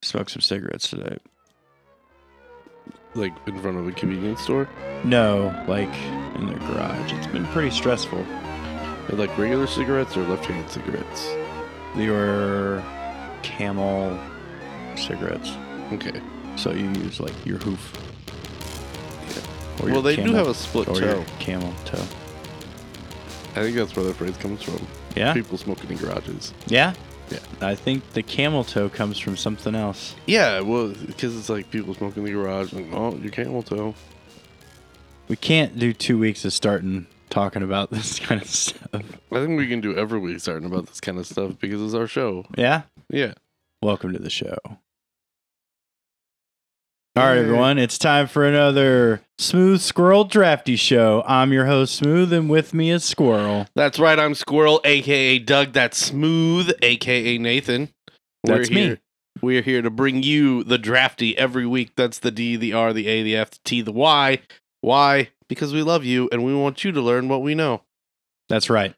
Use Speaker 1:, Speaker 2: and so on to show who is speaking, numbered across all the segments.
Speaker 1: smoked some cigarettes today.
Speaker 2: Like in front of a convenience store?
Speaker 1: No, like in their garage. It's been pretty stressful.
Speaker 2: They're like regular cigarettes or left handed cigarettes?
Speaker 1: They were camel cigarettes,
Speaker 2: Okay.
Speaker 1: so you use like your hoof. Or
Speaker 2: Well,
Speaker 1: your
Speaker 2: they do
Speaker 1: camel-
Speaker 2: have a split
Speaker 1: or
Speaker 2: toe.
Speaker 1: your camel toe.
Speaker 2: I think that's where the phrase comes from.
Speaker 1: Yeah,
Speaker 2: People smoking in garages.
Speaker 1: yeah,
Speaker 2: Yeah.
Speaker 1: I think the camel toe comes from something else.
Speaker 2: Yeah, well, because it's like people smoking in the garage. Like, oh, you can't well toe.
Speaker 1: We can't do two weeks of starting talking about this kind of stuff.
Speaker 2: I think we can do every week starting about this kind of stuff because it's our show.
Speaker 1: Yeah.
Speaker 2: Yeah.
Speaker 1: Welcome to the show. All right, everyone. It's time for another Smooth Squirrel Drafty Show. I'm your host, Smooth, and with me is Squirrel.
Speaker 2: That's right. I'm Squirrel, aka Doug. That's Smooth, aka Nathan.
Speaker 1: That's me.
Speaker 2: here. We're here to bring you the drafty every week. That's the D, the R, the A, the F, the T, the Y. Why? Because we love you and we want you to learn what we know.
Speaker 1: That's right.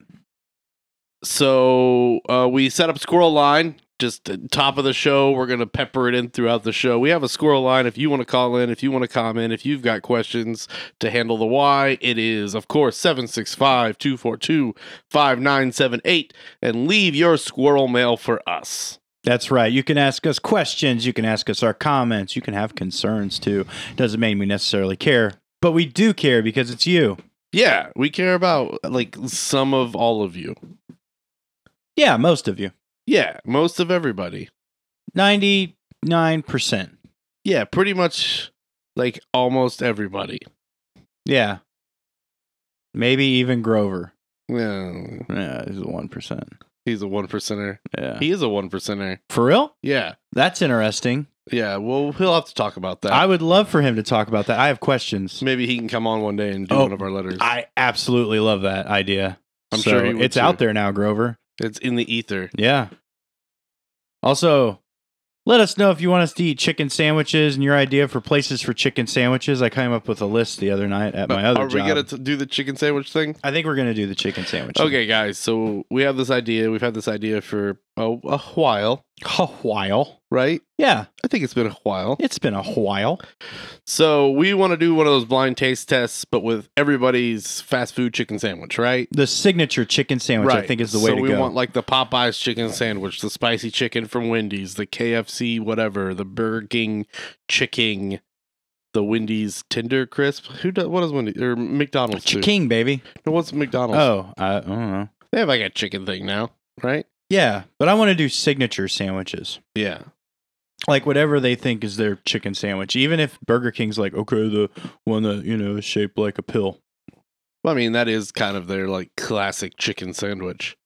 Speaker 2: So uh, we set up squirrel line just at top of the show. We're gonna pepper it in throughout the show. We have a squirrel line. If you want to call in, if you want to comment, if you've got questions to handle the why, it is of course 765-242-5978 and leave your squirrel mail for us.
Speaker 1: That's right. You can ask us questions. You can ask us our comments. You can have concerns too. Doesn't mean we necessarily care, but we do care because it's you.
Speaker 2: Yeah, we care about like some of all of you.
Speaker 1: Yeah, most of you.
Speaker 2: Yeah, most of everybody.
Speaker 1: 99%.
Speaker 2: Yeah, pretty much like almost everybody.
Speaker 1: Yeah. Maybe even Grover.
Speaker 2: Yeah,
Speaker 1: Yeah, he's a 1%.
Speaker 2: he's a one percenter.
Speaker 1: Yeah.
Speaker 2: He is a one percenter.
Speaker 1: For real?
Speaker 2: Yeah.
Speaker 1: That's interesting.
Speaker 2: Yeah, well, he'll have to talk about that.
Speaker 1: I would love for him to talk about that. I have questions.
Speaker 2: Maybe he can come on one day and do
Speaker 1: Oh,
Speaker 2: one of our letters.
Speaker 1: I absolutely love that idea.
Speaker 2: I'm
Speaker 1: So,
Speaker 2: sure he would
Speaker 1: it's
Speaker 2: too.
Speaker 1: out there now, Grover.
Speaker 2: it's in the ether.
Speaker 1: Yeah. Also, let us know if you want us to eat chicken sandwiches and your idea for places for chicken sandwiches. I came up with a list the other night at my other
Speaker 2: Are we
Speaker 1: job.
Speaker 2: gonna t- do the chicken sandwich thing?
Speaker 1: I think we're gonna do the chicken sandwich.
Speaker 2: Okay, guys. So we have this idea. We've had this idea for a, a while,
Speaker 1: A while.
Speaker 2: right?
Speaker 1: Yeah,
Speaker 2: I think it's been a while.
Speaker 1: it's been a while.
Speaker 2: So we want to do one of those blind taste tests, but with everybody's fast food chicken sandwich, right?
Speaker 1: The signature chicken sandwich, I think, is the way
Speaker 2: so
Speaker 1: to
Speaker 2: we
Speaker 1: go.
Speaker 2: want like the Popeyes chicken sandwich, the spicy chicken from Wendy's, the KFC whatever, the Burger King chicken, the Wendy's tender crisp. Who does what is Wendy's or McDonald's? do?
Speaker 1: Chicken, baby.
Speaker 2: No, what's McDonald's?
Speaker 1: Oh, I, I don't know.
Speaker 2: They have like a chicken thing now, right?
Speaker 1: Yeah, but I want to do signature sandwiches.
Speaker 2: Yeah.
Speaker 1: Like whatever they think is their chicken sandwich, even if Burger King's like, okay, the one that you know is shaped like a pill,
Speaker 2: Well, I mean that is kind of their like classic chicken sandwich.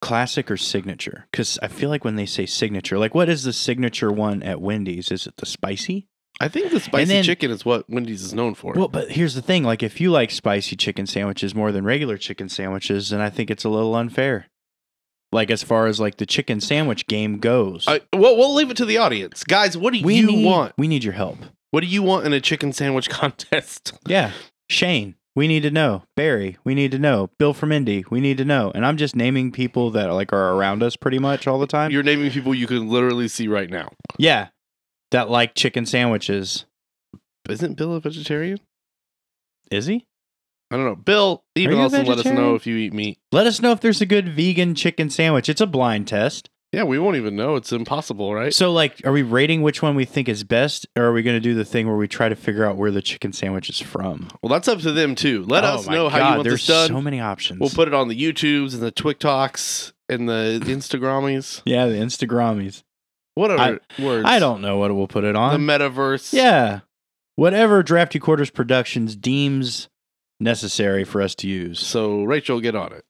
Speaker 1: classic or signature? Because I feel like when they say signature, like what is the signature one at Wendy's? Is it the spicy?
Speaker 2: I think the spicy
Speaker 1: then-
Speaker 2: chicken is what Wendy's is known for.
Speaker 1: Well, but here's the thing: like if you like spicy chicken sandwiches more than regular chicken sandwiches, then I think it's a little unfair. Like as far as like the chicken sandwich game goes,
Speaker 2: I, well, we'll leave it to the audience, guys. What do Uh, you
Speaker 1: need,
Speaker 2: want?
Speaker 1: we need your help.
Speaker 2: What do you want in a chicken sandwich contest?
Speaker 1: Yeah. Shane, we need to know. Barry, we need to know. Bill from Indy, we need to know. And I'm just naming people that like are around us pretty much all the time.
Speaker 2: You're naming people you can literally see right now.
Speaker 1: yeah. That like chicken sandwiches.
Speaker 2: Isn't Bill a vegetarian?
Speaker 1: Is he?
Speaker 2: I don't know. Bill, email
Speaker 1: you a
Speaker 2: us and let us know
Speaker 1: vegetarian?
Speaker 2: if you eat meat.
Speaker 1: Let us know if there's a good vegan chicken sandwich. It's a blind test.
Speaker 2: Yeah, we won't even know. It's impossible, right?
Speaker 1: So like are we rating which one we think is best or are we going to do the thing where we try to figure out where the chicken sandwich is from?
Speaker 2: Well, that's up to them too. Let
Speaker 1: Oh
Speaker 2: us
Speaker 1: my
Speaker 2: know how
Speaker 1: God,
Speaker 2: you want
Speaker 1: there's
Speaker 2: this done.
Speaker 1: so many options.
Speaker 2: we'll put it on the YouTubes and the TikToks and the Instagrammies.
Speaker 1: yeah, the Instagrammies.
Speaker 2: Whatever words.
Speaker 1: I don't know what we'll put it on.
Speaker 2: The metaverse.
Speaker 1: Yeah. Whatever Drafty Quarters Productions deems necessary for us to use.
Speaker 2: So Rachel, get on it.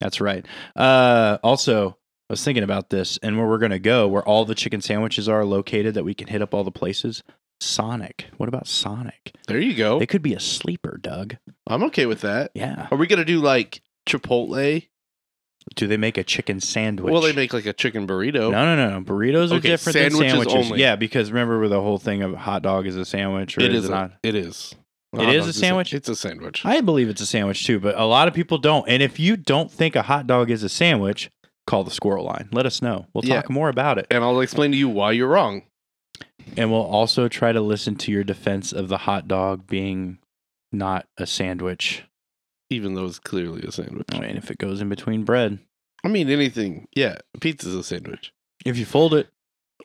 Speaker 1: That's right. Uh, also, I was thinking about this and where we're going to go, where all the chicken sandwiches are located that we can hit up all the places. Sonic. What about Sonic?
Speaker 2: There you go.
Speaker 1: They could be a sleeper, Doug.
Speaker 2: I'm okay with that.
Speaker 1: Yeah.
Speaker 2: Are we gonna do like Chipotle?
Speaker 1: Do they make a chicken sandwich?
Speaker 2: Well, they make like a chicken
Speaker 1: No,
Speaker 2: burrito.
Speaker 1: no, no. no. Burritos are
Speaker 2: Okay,
Speaker 1: different than
Speaker 2: sandwiches
Speaker 1: sandwiches.
Speaker 2: only.
Speaker 1: Yeah, because remember with the whole thing of hot dog is a sandwich or
Speaker 2: it
Speaker 1: is
Speaker 2: is.
Speaker 1: it not?
Speaker 2: A, it is. Uh,
Speaker 1: It
Speaker 2: Hot
Speaker 1: is a
Speaker 2: dog's
Speaker 1: sandwich?
Speaker 2: It's a sandwich.
Speaker 1: I believe it's a sandwich too, but a lot of people don't. And if you don't think a hot dog is a sandwich, call the squirrel line. Let us know. We'll
Speaker 2: Yeah.
Speaker 1: talk more about it.
Speaker 2: And I'll explain to you why you're wrong.
Speaker 1: And we'll also try to listen to your defense of the hot dog being not a sandwich.
Speaker 2: Even though it's clearly a sandwich.
Speaker 1: I mean, if it goes in between bread,
Speaker 2: I mean, anything. Yeah, pizza's a sandwich.
Speaker 1: if you fold it,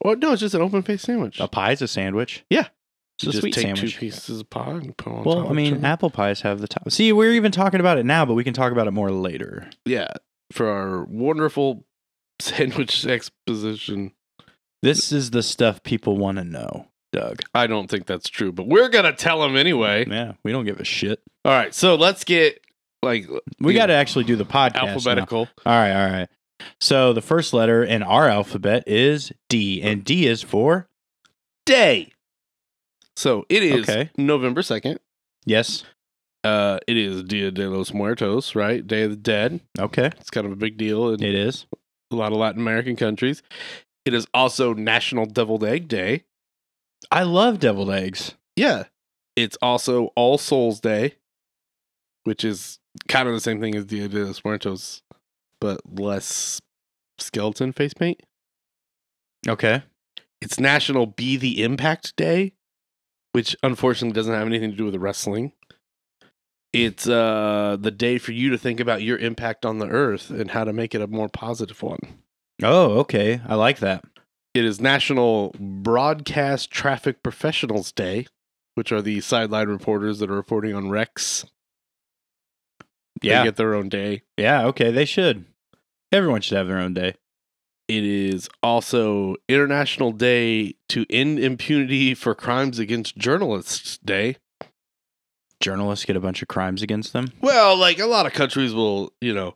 Speaker 2: Or no, it's just an open faced sandwich.
Speaker 1: a pie's a sandwich.
Speaker 2: Yeah.
Speaker 1: It's
Speaker 2: you
Speaker 1: a
Speaker 2: just
Speaker 1: sweet
Speaker 2: take
Speaker 1: sandwich.
Speaker 2: two pieces of pie and put 'em on top
Speaker 1: well, I
Speaker 2: of each
Speaker 1: mean,
Speaker 2: other.
Speaker 1: apple pies have the top. See, we're even talking about it now, but we can talk about it more later.
Speaker 2: yeah, for our wonderful sandwich exposition.
Speaker 1: This is the stuff people want to know, Doug.
Speaker 2: I don't think that's true, but we're gonna tell him anyway.
Speaker 1: Yeah, we don't give a shit.
Speaker 2: All right, so let's get like
Speaker 1: We
Speaker 2: Yeah.
Speaker 1: got to actually do the podcast. now.
Speaker 2: alphabetical.
Speaker 1: All right, all right. So the first letter in our alphabet is D, and D is for day.
Speaker 2: So it is
Speaker 1: Okay.
Speaker 2: November second.
Speaker 1: Yes.
Speaker 2: Uh, it is Dia de los Muertos, right? Day of the Dead.
Speaker 1: Okay.
Speaker 2: It's kind of a big deal in
Speaker 1: It is.
Speaker 2: a lot of Latin American countries. It is also National Deviled Egg Day.
Speaker 1: I love deviled eggs.
Speaker 2: Yeah. It's also All Souls Day, which is kind of the same thing as Dia de los Muertos, but less skeleton face paint.
Speaker 1: Okay.
Speaker 2: It's National Be the Impact Day, which unfortunately doesn't have anything to do with wrestling. It's uh, the day for you to think about your impact on the earth and how to make it a more positive one.
Speaker 1: Oh, okay. I like that.
Speaker 2: It is National Broadcast Traffic Professionals Day, which are the sideline reporters that are reporting on wrecks.
Speaker 1: Yeah.
Speaker 2: They get their own day.
Speaker 1: yeah. Okay. They should. Everyone should have their own day.
Speaker 2: It is also International Day to End Impunity for Crimes Against Journalists Day.
Speaker 1: Journalists get a bunch of crimes against them.
Speaker 2: Well, like a lot of countries will, you know,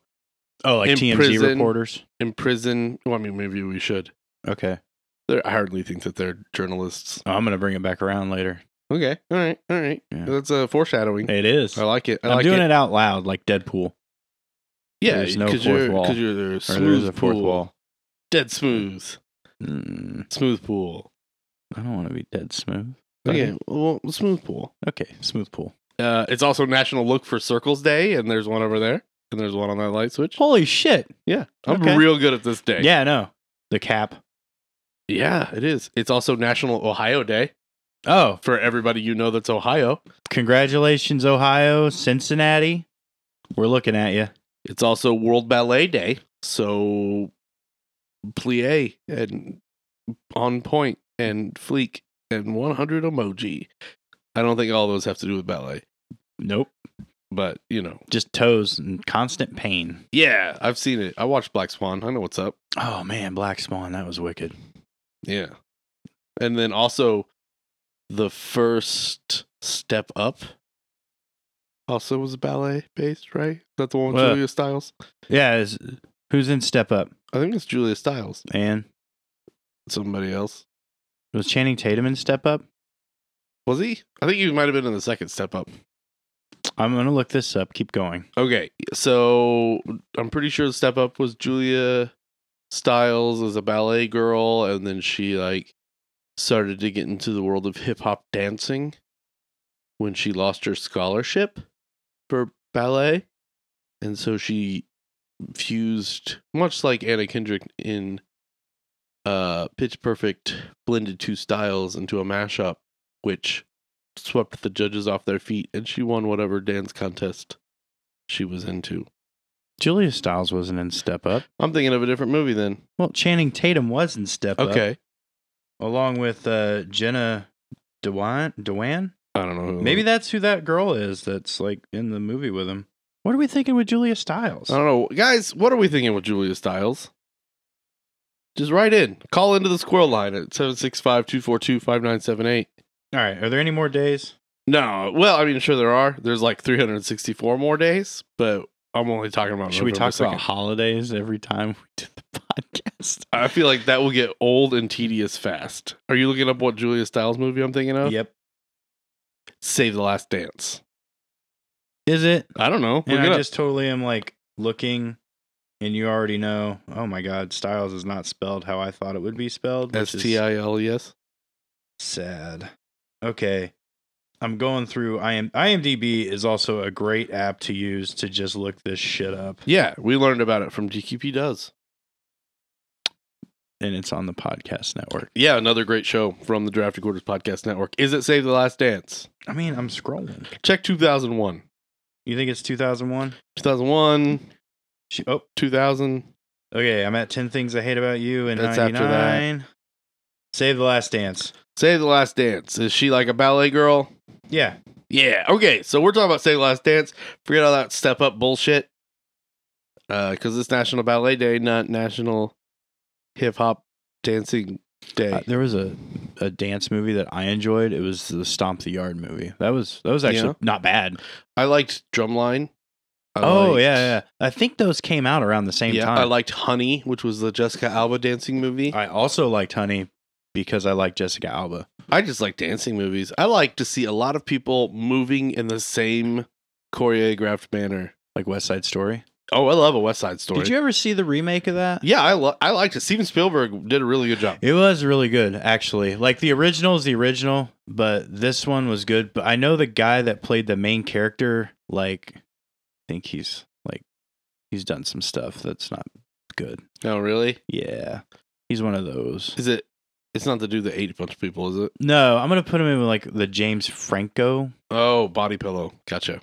Speaker 1: Oh, like
Speaker 2: In
Speaker 1: TMZ
Speaker 2: prison.
Speaker 1: reporters.
Speaker 2: imprison. Well, I mean, maybe we should.
Speaker 1: Okay.
Speaker 2: They're, I hardly think that they're journalists.
Speaker 1: Oh, I'm going to bring it back around later.
Speaker 2: Okay. All right. All right.
Speaker 1: Yeah.
Speaker 2: That's a foreshadowing.
Speaker 1: It is.
Speaker 2: I like it. I
Speaker 1: I'm
Speaker 2: like
Speaker 1: doing it. out loud like Deadpool.
Speaker 2: Yeah,
Speaker 1: There's no fourth
Speaker 2: you're,
Speaker 1: wall.
Speaker 2: Because you're
Speaker 1: Or
Speaker 2: smooth
Speaker 1: there's a fourth
Speaker 2: pool.
Speaker 1: wall.
Speaker 2: Dead smooth.
Speaker 1: Mm,
Speaker 2: Smooth pool.
Speaker 1: I don't want to be dead smooth.
Speaker 2: Okay, well, smooth pool.
Speaker 1: Okay. Smooth pool.
Speaker 2: Uh, it's also National Look for Circles Day, and there's one over there, and there's one on that light switch.
Speaker 1: Holy shit.
Speaker 2: Yeah, I'm
Speaker 1: Okay.
Speaker 2: real good at this day.
Speaker 1: Yeah, no. The cap.
Speaker 2: yeah, it is. It's also National Ohio Day
Speaker 1: Oh,
Speaker 2: for everybody you know that's Ohio.
Speaker 1: congratulations, Ohio, Cincinnati. We're looking at you.
Speaker 2: It's also World Ballet Day, so plie and on point and fleek and 100 emoji. I don't think all those have to do with ballet,
Speaker 1: Nope.
Speaker 2: but you know,
Speaker 1: Just toes and constant pain.
Speaker 2: yeah, I've seen it. I watched Black Swan. I know what's up.
Speaker 1: Oh man, Black Swan, that was wicked.
Speaker 2: Yeah. And then also the first step up also was ballet based, right? Is that the one with
Speaker 1: Well-
Speaker 2: Julia Stiles?
Speaker 1: Yeah, is who's in Step Up?
Speaker 2: I think it's Julia Stiles.
Speaker 1: And
Speaker 2: Somebody else.
Speaker 1: was Channing Tatum in Step Up?
Speaker 2: Was he? I think he might have been in the second step up.
Speaker 1: I'm gonna look this up. Keep going.
Speaker 2: Okay. So I'm pretty sure the step up was Julia Stiles as a ballet girl, and then she like started to get into the world of hip hop dancing when she lost her scholarship for ballet. And so she fused much like Anna Kendrick in uh Pitch Perfect blended two styles into a mashup which swept the judges off their feet and she won whatever dance contest she was into.
Speaker 1: Julia Stiles wasn't in Step Up.
Speaker 2: I'm thinking of a different movie then.
Speaker 1: Well, Channing Tatum was in Step Up.
Speaker 2: Okay.
Speaker 1: Along with uh, Jenna Dewan Dewan.
Speaker 2: I don't know. Who
Speaker 1: Maybe that's who that girl is that's like in the movie with him. What are we thinking with Julia Stiles?
Speaker 2: I don't know. Guys, what are we thinking with Julia Stiles? Just write in. Call into the squirrel line at 765-242-5978.
Speaker 1: All right. Are there any more days?
Speaker 2: No. Well, I mean, sure there are. There's like 364 more days, but I'm only talking about
Speaker 1: Should we
Speaker 2: November
Speaker 1: talk about
Speaker 2: 2nd.
Speaker 1: holidays every time we do the podcast?
Speaker 2: I feel like that will get old and tedious fast. Are you looking up what Julia Stiles movie I'm thinking of?
Speaker 1: Yep.
Speaker 2: Save the Last Dance.
Speaker 1: Is it?
Speaker 2: I don't know.
Speaker 1: And
Speaker 2: Look it
Speaker 1: I
Speaker 2: up.
Speaker 1: just totally am like looking, and you already know. Oh my God, Styles is not spelled how I thought it would be spelled. which is
Speaker 2: S-T-I-L-E-S.
Speaker 1: Sad. Okay. I'm going through. I am IMDb is also a great app to use to just look this shit up.
Speaker 2: Yeah, we learned about it from GQP Does.
Speaker 1: and it's on the podcast network.
Speaker 2: Yeah, another great show from the Drafty Quarters Podcast Network. Is it Save the Last Dance?
Speaker 1: I mean, I'm scrolling.
Speaker 2: Check 2001.
Speaker 1: You think it's 2001?
Speaker 2: 2001,
Speaker 1: Sh- Oh,
Speaker 2: 2000.
Speaker 1: okay. I'm at 10 things I hate about you and
Speaker 2: That's
Speaker 1: 99.
Speaker 2: after that.
Speaker 1: Save the last dance.
Speaker 2: Save the Last Dance. Is she like a ballet girl?
Speaker 1: Yeah.
Speaker 2: Yeah. Okay. So we're talking about Save the Last Dance. Forget all that step up bullshit. Because it's National Ballet Day, not National Hip Hop Dancing Day.
Speaker 1: Uh, there was a, a dance movie that I enjoyed. It was the Stomp the Yard movie. That was that was actually
Speaker 2: Yeah.
Speaker 1: not bad.
Speaker 2: I liked Drumline. I
Speaker 1: oh
Speaker 2: liked-
Speaker 1: yeah, yeah. I think those came out around the same
Speaker 2: yeah.
Speaker 1: time.
Speaker 2: I liked Honey, which was the Jessica Alba dancing movie.
Speaker 1: I also liked Honey because I like Jessica Alba.
Speaker 2: I just like dancing movies. I like to see a lot of people moving in the same choreographed manner.
Speaker 1: Like West Side Story.
Speaker 2: Oh, I love a West Side Story.
Speaker 1: Did you ever see the remake of that?
Speaker 2: Yeah, I lo- I liked it. Steven Spielberg did a really good job.
Speaker 1: It was really good, actually. Like the original is the original, but this one was good. But I know the guy that played the main character, like, I think he's like, he's done some stuff that's not good.
Speaker 2: Oh, really?
Speaker 1: Yeah, he's one of those.
Speaker 2: Is it? It's not the dude that ate a bunch of people, is it?
Speaker 1: No, I'm gonna put him in with like the James Franco
Speaker 2: Oh, body pillow. Gotcha.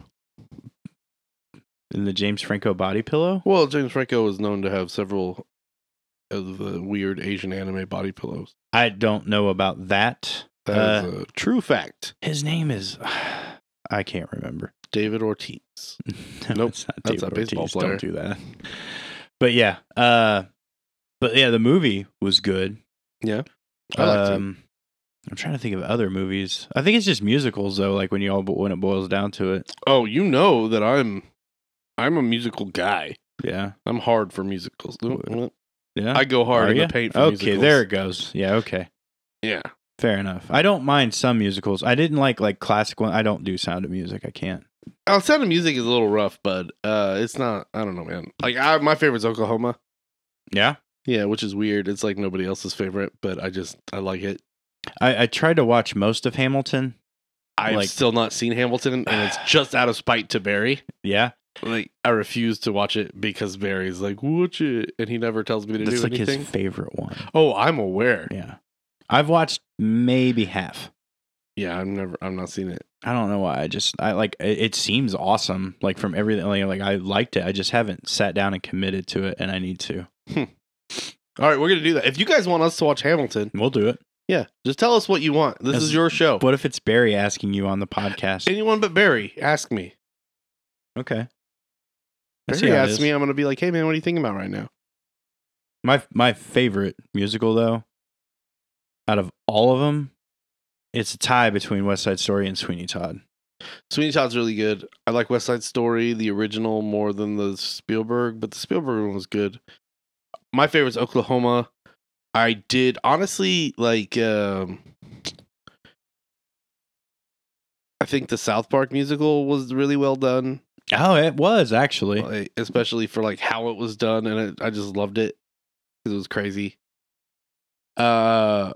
Speaker 1: in the James Franco body pillow.
Speaker 2: Well, James Franco is known to have several of the weird Asian anime body pillows.
Speaker 1: I don't know about that. Uh,
Speaker 2: That is a true fact.
Speaker 1: His name is, I can't remember.
Speaker 2: David Ortiz.
Speaker 1: no,
Speaker 2: Nope,
Speaker 1: it's not
Speaker 2: that's
Speaker 1: David
Speaker 2: a baseball
Speaker 1: Ortiz.
Speaker 2: player.
Speaker 1: Don't do that. But yeah, uh, but yeah, the movie was good.
Speaker 2: I liked it.
Speaker 1: um, I'm trying to think of other movies. I think it's just musicals though. Like when you all when it boils down to it,
Speaker 2: Oh, you know that I'm I'm a musical guy.
Speaker 1: yeah,
Speaker 2: I'm hard for musicals.
Speaker 1: yeah.
Speaker 2: I go hard
Speaker 1: Are
Speaker 2: in
Speaker 1: ya?
Speaker 2: the paint for
Speaker 1: okay,
Speaker 2: musicals.
Speaker 1: there it goes. Yeah, okay,
Speaker 2: Yeah.
Speaker 1: fair enough. I don't mind some musicals. I didn't like like classic one. I don't do Sound of Music. I can't.
Speaker 2: Oh, Sound of Music is a little rough, but uh, it's not. I don't know, man. Like, I, my favorite's Oklahoma.
Speaker 1: Yeah,
Speaker 2: Yeah, which is weird. It's like nobody else's favorite, but I just I like it.
Speaker 1: I, I tried to watch most of Hamilton.
Speaker 2: I've
Speaker 1: Like-
Speaker 2: still not seen Hamilton, and it's just out of spite to Barry.
Speaker 1: Yeah,
Speaker 2: Like, I refuse to watch it because Barry's like, watch it, and he never tells me to
Speaker 1: that's
Speaker 2: do
Speaker 1: like
Speaker 2: anything.
Speaker 1: his favorite one.
Speaker 2: oh, I'm aware.
Speaker 1: Yeah, I've watched maybe half.
Speaker 2: Yeah, I'm never. I'm not seen it.
Speaker 1: I don't know why. I just I like it, it seems awesome. Like from everything, like, like I liked it. I just haven't sat down and committed to it, and I need to.
Speaker 2: All right, we're gonna do that. If you guys want us to watch Hamilton,
Speaker 1: We'll do it.
Speaker 2: yeah, just tell us what you want. This
Speaker 1: That's-
Speaker 2: is your show.
Speaker 1: What if it's Barry asking you on the podcast?
Speaker 2: Anyone but Barry, ask me.
Speaker 1: Okay. I see
Speaker 2: Barry
Speaker 1: how it
Speaker 2: asks
Speaker 1: is.
Speaker 2: me, I'm gonna be like, hey man, what are you thinking about right now?
Speaker 1: My my favorite musical though, out of all of them, it's a tie between West Side Story and Sweeney Todd.
Speaker 2: Sweeney Todd's really good. I like West Side Story, the original, more than the Spielberg, but the Spielberg one was good. My favorite's Oklahoma. I did honestly like um I think the South Park musical was really well done,
Speaker 1: Oh, it was actually.
Speaker 2: like, eh, especially for like how it was done, and it, I just loved it because it was crazy. Uh,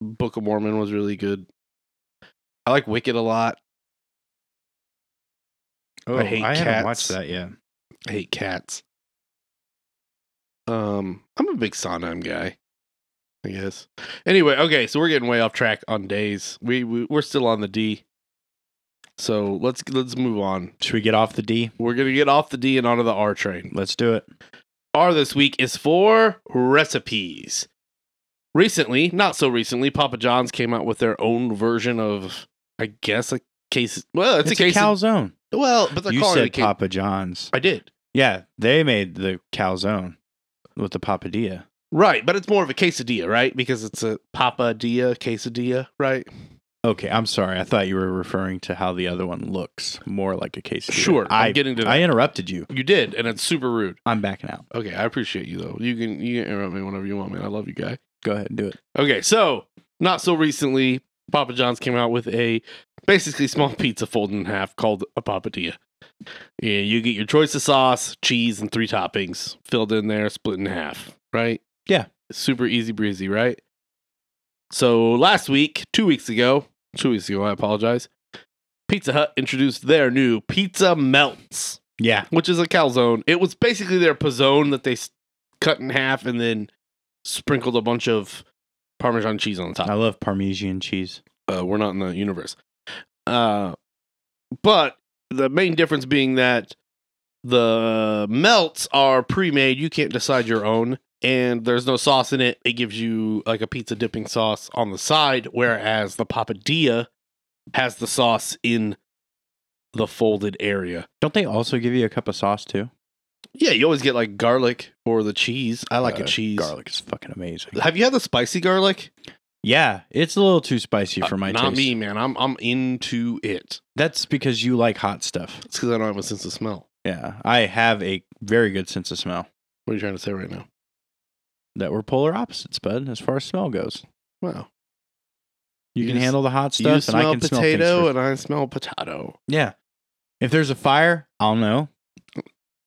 Speaker 2: Book of Mormon was really good. I like Wicked a lot.
Speaker 1: Oh,
Speaker 2: I hate
Speaker 1: haven't
Speaker 2: cats.
Speaker 1: watched that yet.
Speaker 2: I hate cats. Um, I'm a big Sondheim guy, I guess. Anyway, okay, so we're getting way off track on days. We, we we're still on the D. So let's let's move on.
Speaker 1: Should we get off the D?
Speaker 2: We're gonna get off the D and onto the R train.
Speaker 1: Let's do it.
Speaker 2: R this week is for recipes. Recently, not so recently, Papa John's came out with their own version of, I guess, a case. Well, it's,
Speaker 1: It's,
Speaker 2: a
Speaker 1: a,
Speaker 2: case.
Speaker 1: calzone.
Speaker 2: well, but they're
Speaker 1: You
Speaker 2: calling it a
Speaker 1: said
Speaker 2: case.
Speaker 1: Papa John's.
Speaker 2: I did.
Speaker 1: Yeah, they made the calzone with the papadilla.
Speaker 2: Right, but it's more of a quesadilla, right? Because it's a papadilla quesadilla, right?
Speaker 1: Okay, I'm sorry. I thought you were referring to how the other one looks more like a quesadilla.
Speaker 2: Sure, I'm
Speaker 1: I
Speaker 2: getting to that.
Speaker 1: I interrupted you.
Speaker 2: you did, and it's super rude.
Speaker 1: I'm backing out.
Speaker 2: Okay, I appreciate you though. You can you can interrupt me whenever you want, man. I love you, guy.
Speaker 1: Go ahead and do it.
Speaker 2: Okay, so not so recently, Papa John's came out with a basically small pizza folded in half called a papadilla. Yeah, you get your choice of sauce, cheese, and three toppings filled in there, split in half, right?
Speaker 1: Yeah.
Speaker 2: Super easy breezy, right? So last week, two weeks ago, two weeks ago, I apologize. Pizza Hut introduced their new pizza melts
Speaker 1: Yeah.
Speaker 2: which is a calzone. It was basically their pizzone that they s- cut in half and then sprinkled a bunch of Parmesan cheese on top.
Speaker 1: I love Parmesan cheese.
Speaker 2: uh, we're not in the universe. Uh, but the main difference being that the melts are pre-made. You can't decide your own, and there's no sauce in it. It gives you like a pizza dipping sauce on the side, whereas the papadilla has the sauce in the folded area.
Speaker 1: Don't they also give you a cup of sauce too?
Speaker 2: Yeah, you always get like garlic or the cheese. I like
Speaker 1: Uh,
Speaker 2: a cheese.
Speaker 1: Garlic is fucking amazing.
Speaker 2: Have you had the spicy garlic?
Speaker 1: Yeah, it's a little too spicy for my
Speaker 2: Uh, Not
Speaker 1: taste.
Speaker 2: me, man. I'm I'm into it.
Speaker 1: That's because you like hot stuff.
Speaker 2: It's because I don't have a sense of smell.
Speaker 1: Yeah, I have a very good sense of smell.
Speaker 2: What are you trying to say right now?
Speaker 1: That we're polar opposites, bud, as far as smell goes.
Speaker 2: Wow.
Speaker 1: You,
Speaker 2: You
Speaker 1: can
Speaker 2: s-
Speaker 1: handle the hot stuff, and I can smell things
Speaker 2: potato,
Speaker 1: for-
Speaker 2: and I smell potato.
Speaker 1: yeah. If there's a fire, I'll know.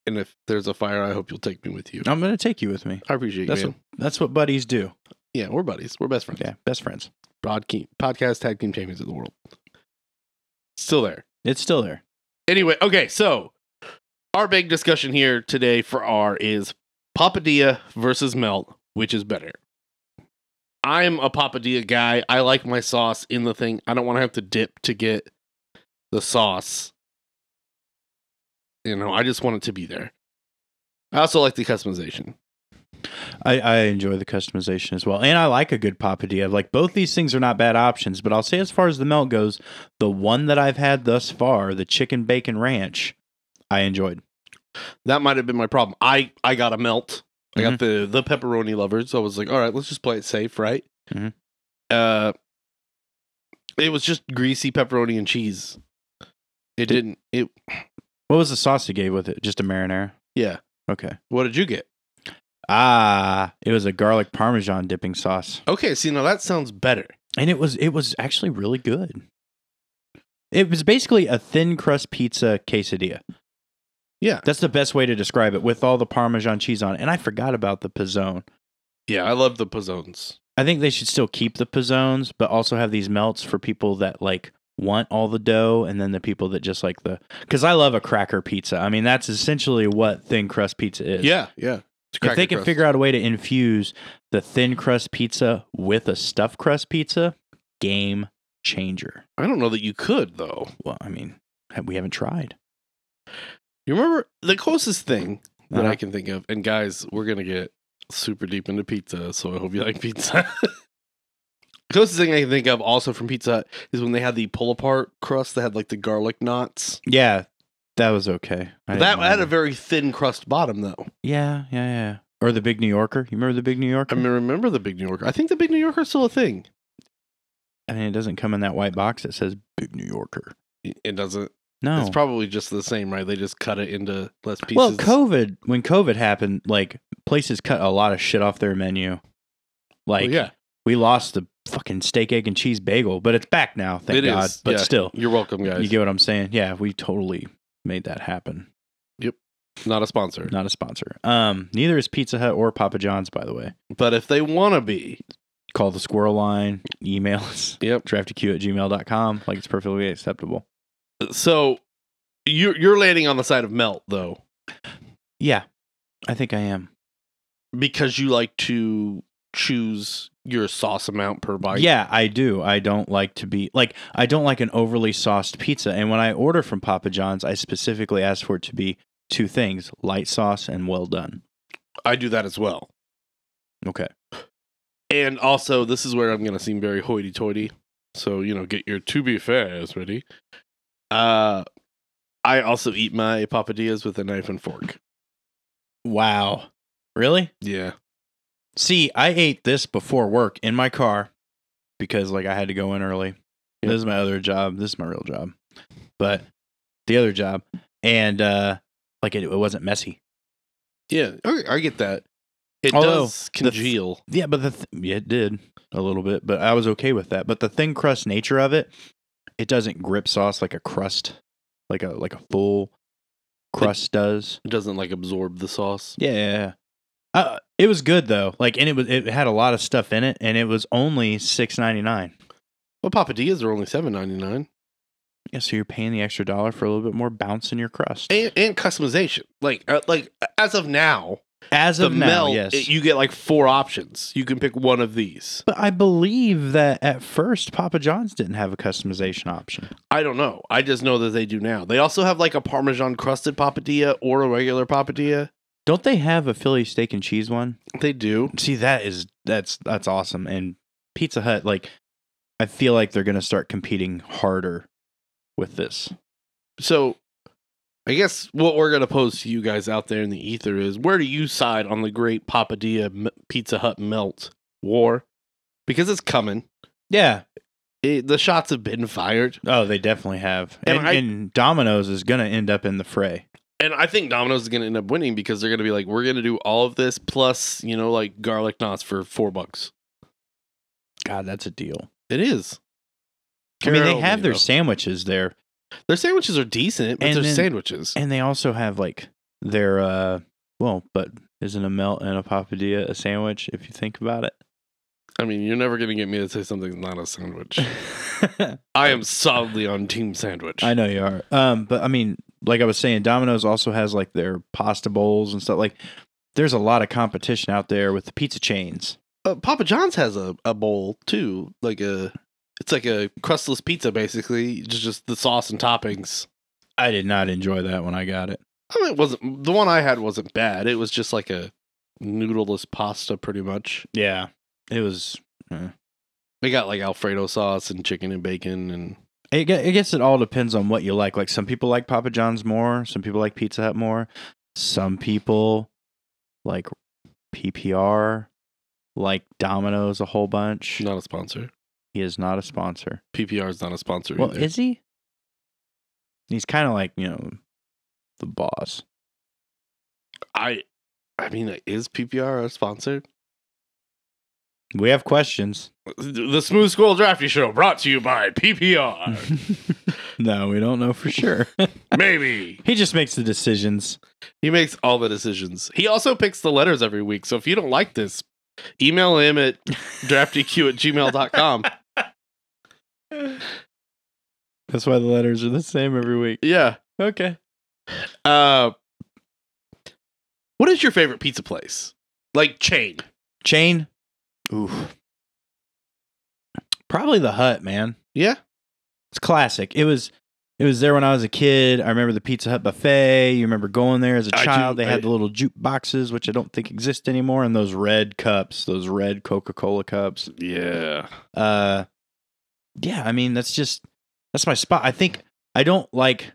Speaker 2: And if there's a fire, I hope you'll take me with you.
Speaker 1: I'm gonna take you with me.
Speaker 2: I appreciate
Speaker 1: That's
Speaker 2: you,
Speaker 1: what
Speaker 2: man.
Speaker 1: that's what buddies do.
Speaker 2: Yeah, we're buddies. We're best friends.
Speaker 1: Yeah, best friends.
Speaker 2: Broad key- podcast tag team champions of the world. Still there.
Speaker 1: It's still there.
Speaker 2: Anyway, okay, so our big discussion here today for R is Papadilla versus Melt, which is better. I'm a Papadilla guy. I like my sauce in the thing. I don't want to have to dip to get the sauce. You know, I just want it to be there. I also like the customization.
Speaker 1: I, I enjoy the customization as well. And I like a good papadilla. Like both these things are not bad options, but I'll say as far as the melt goes, the one that I've had thus far, the chicken bacon ranch, I enjoyed.
Speaker 2: That might have been my problem. I I got a melt. I got the the pepperoni lovers. I was like, all right, let's just play it safe, right?
Speaker 1: Mhm.
Speaker 2: Uh, it was just greasy pepperoni and cheese. It didn't. It
Speaker 1: What was the sauce you gave with it? Just a marinara?
Speaker 2: yeah.
Speaker 1: Okay.
Speaker 2: What did you get?
Speaker 1: Ah, it was a garlic parmesan dipping sauce.
Speaker 2: Okay, see now that sounds better.
Speaker 1: And it was it was actually really good. It was basically a thin crust pizza quesadilla.
Speaker 2: Yeah.
Speaker 1: That's the best way to describe it with all the parmesan cheese on it. And I forgot about the pizzone.
Speaker 2: Yeah, I love the pizzones.
Speaker 1: I think they should still keep the pizzones, but also have these melts for people that like want all the dough, and then the people that just like the. Because I love a cracker pizza. I mean, that's essentially what thin crust pizza is.
Speaker 2: Yeah, yeah. It's
Speaker 1: If they can figure out a way to infuse the thin crust pizza with a stuffed crust pizza, game changer.
Speaker 2: I don't know that you could though.
Speaker 1: Well, I mean, ha- we haven't tried.
Speaker 2: You remember the closest thing that
Speaker 1: Uh-huh.
Speaker 2: I can think of, and guys, we're gonna get super deep into pizza, so I hope you like pizza. closest thing I can think of, also from Pizza Hut, is when they had the pull apart crust that had like the garlic knots.
Speaker 1: Yeah, that was okay. I didn't
Speaker 2: that had
Speaker 1: mind
Speaker 2: a
Speaker 1: it.
Speaker 2: very thin crust bottom, though.
Speaker 1: yeah, yeah, yeah. Or the big New Yorker. You remember the big New
Speaker 2: I
Speaker 1: Yorker?
Speaker 2: mean, remember the Big New Yorker? I think the Big New Yorker is still a thing.
Speaker 1: I mean, it doesn't come in that white box that says big New Yorker.
Speaker 2: It it doesn't.
Speaker 1: No,
Speaker 2: It's probably just the same, right? They just cut it into less pieces.
Speaker 1: Oh. Well, COVID when COVID happened, like places cut a lot of shit off their menu.
Speaker 2: Well,
Speaker 1: Like
Speaker 2: yeah,
Speaker 1: we lost the fucking steak, egg, and cheese bagel, but it's back now, thank
Speaker 2: it is.
Speaker 1: God. But
Speaker 2: Yeah.
Speaker 1: still,
Speaker 2: you're welcome, guys.
Speaker 1: you get what I'm saying? Yeah, we totally made that happen.
Speaker 2: Not a sponsor,
Speaker 1: Not a sponsor. Um, neither is Pizza Hut or Papa John's, by the way.
Speaker 2: but if they want to be,
Speaker 1: Call the squirrel line, email us,
Speaker 2: yep.
Speaker 1: draftyq at gmail.com. Like it's perfectly acceptable.
Speaker 2: So you're you're landing on the side of melt though.
Speaker 1: Yeah, I think I am.
Speaker 2: because you like to choose your sauce amount per bite.
Speaker 1: Yeah, I do. I don't like to be like I don't like an overly sauced pizza. And when I order from Papa John's, I specifically ask for it to be two things: light sauce and well done.
Speaker 2: I do that as well.
Speaker 1: Okay.
Speaker 2: And also, this is where I'm going to seem very hoity-toity. So you know, get your to be fairs ready. Uh, I also eat my papadillas with a knife and fork.
Speaker 1: Wow. Really?
Speaker 2: Yeah,
Speaker 1: See, I ate this before work in my car because like I had to go in early. This is my other job. This is my real job. But the other job and uh like it, it wasn't messy.
Speaker 2: yeah, I, I get that. It
Speaker 1: Although,
Speaker 2: does congeal.
Speaker 1: Yeah, but the th- yeah, it did a little bit, but I was okay with that. But the thin crust nature of it, it doesn't grip sauce like a crust, like a like a full crust does.
Speaker 2: it doesn't like absorb the sauce.
Speaker 1: Yeah, yeah, yeah. Uh, it was good though. Like, and it was it had a lot of stuff in it, and it was only six ninety nine.
Speaker 2: Well, papadillas are only seven ninety nine,
Speaker 1: Yeah, so you're paying the extra dollar for a little bit more bounce in your crust.
Speaker 2: and and customization. Like uh, like as of now,
Speaker 1: As
Speaker 2: The
Speaker 1: of now,
Speaker 2: melt,
Speaker 1: yes.
Speaker 2: it- you get like four options. You can pick one of these.
Speaker 1: but I believe that at first Papa John's didn't have a customization option.
Speaker 2: I don't know. I just know that they do now. They also have like a Parmesan crusted papadilla or a regular papadilla.
Speaker 1: Don't they have a Philly steak and cheese one?
Speaker 2: They do.
Speaker 1: See, that is that's that's awesome. And Pizza Hut, like, I feel like they're gonna start competing harder with this.
Speaker 2: So I guess what we're going to pose to you guys out there in the ether is where do you side on the great papadilla M- Pizza Hut melt war? Because it's coming.
Speaker 1: Yeah.
Speaker 2: It, the shots have been fired.
Speaker 1: Oh, they definitely have.
Speaker 2: And
Speaker 1: And,
Speaker 2: I-
Speaker 1: and Domino's is gonna end up in the fray.
Speaker 2: And I think Domino's is going to end up winning because they're going to be like, we're going to do all of this plus, you know, like garlic knots for four bucks.
Speaker 1: God, that's a deal.
Speaker 2: It is.
Speaker 1: I mean,
Speaker 2: Carol
Speaker 1: they
Speaker 2: me,
Speaker 1: have their
Speaker 2: though.
Speaker 1: sandwiches there,
Speaker 2: their sandwiches are decent, but
Speaker 1: And
Speaker 2: they're
Speaker 1: then-
Speaker 2: sandwiches.
Speaker 1: and they also have like their uh, well, but isn't a melt and a papadilla a sandwich if you think about
Speaker 2: I mean, you're never going to get me to say something's not a sandwich.
Speaker 1: it?
Speaker 2: I am solidly on team sandwich.
Speaker 1: I know you are. Um, but I mean, like I was saying, Domino's also has like their pasta bowls and stuff. Like, there's a lot of competition out there with the pizza chains.
Speaker 2: uh, Papa John's has a, a bowl too, like a it's like a crustless pizza basically, just just the sauce and toppings.
Speaker 1: I did not enjoy that when I got it.
Speaker 2: I mean, it wasn't the one I had wasn't bad. It was just like a noodleless pasta, pretty much.
Speaker 1: Yeah, it was.
Speaker 2: They got like Alfredo sauce and chicken and bacon, and
Speaker 1: I gue- I guess it all depends on what you like. Like, some people like Papa John's more. Some people like Pizza Hut more. Some people like PPR, like Domino's a whole bunch.
Speaker 2: not a sponsor.
Speaker 1: He is not a sponsor.
Speaker 2: PPR is not a sponsor.
Speaker 1: Well,
Speaker 2: either.
Speaker 1: is he? He's kind of like you know, the boss.
Speaker 2: I, I mean, is PPR a sponsor?
Speaker 1: We have questions.
Speaker 2: The Smooth School Drafty Show brought to you by PPR.
Speaker 1: no, we don't know for sure.
Speaker 2: Maybe
Speaker 1: he just makes the decisions.
Speaker 2: He makes all the decisions. He also picks the letters every week. So if you don't like this, email him at draftyq at gmail.com.
Speaker 1: That's why the letters are the same every week.
Speaker 2: Yeah.
Speaker 1: Okay.
Speaker 2: Uh, what is your favorite pizza place? Like chain.
Speaker 1: Chain. Ooh. Probably the hut, man.
Speaker 2: Yeah.
Speaker 1: It's classic. It was it was there when I was a kid. I remember the Pizza Hut buffet. You remember going there as a
Speaker 2: I do-
Speaker 1: child. they had
Speaker 2: I-
Speaker 1: the little jukeboxes, which I don't think exist anymore, and those red cups, those red Coca-Cola cups.
Speaker 2: Yeah.
Speaker 1: Uh yeah, I mean that's just that's my spot. I think I don't like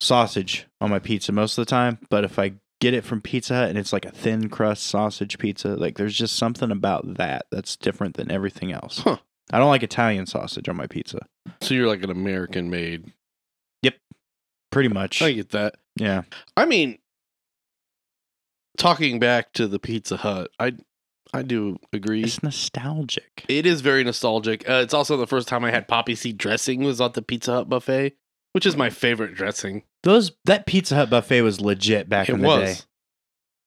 Speaker 1: sausage on my pizza most of the time, but if I get it from Pizza Hut and it's like a thin crust sausage pizza, like there's just something about that that's different than everything else.
Speaker 2: Huh.
Speaker 1: I don't like Italian sausage on my pizza.
Speaker 2: So you're like an American made.
Speaker 1: Pretty much.
Speaker 2: I get that.
Speaker 1: yeah.
Speaker 2: I mean, talking back to the Pizza Hut, I I do agree.
Speaker 1: It's nostalgic.
Speaker 2: It is very nostalgic. Uh, it's also the first time I had poppy seed dressing was at the Pizza Hut buffet, which is my favorite dressing.
Speaker 1: Those that Pizza Hut buffet was legit back in the day.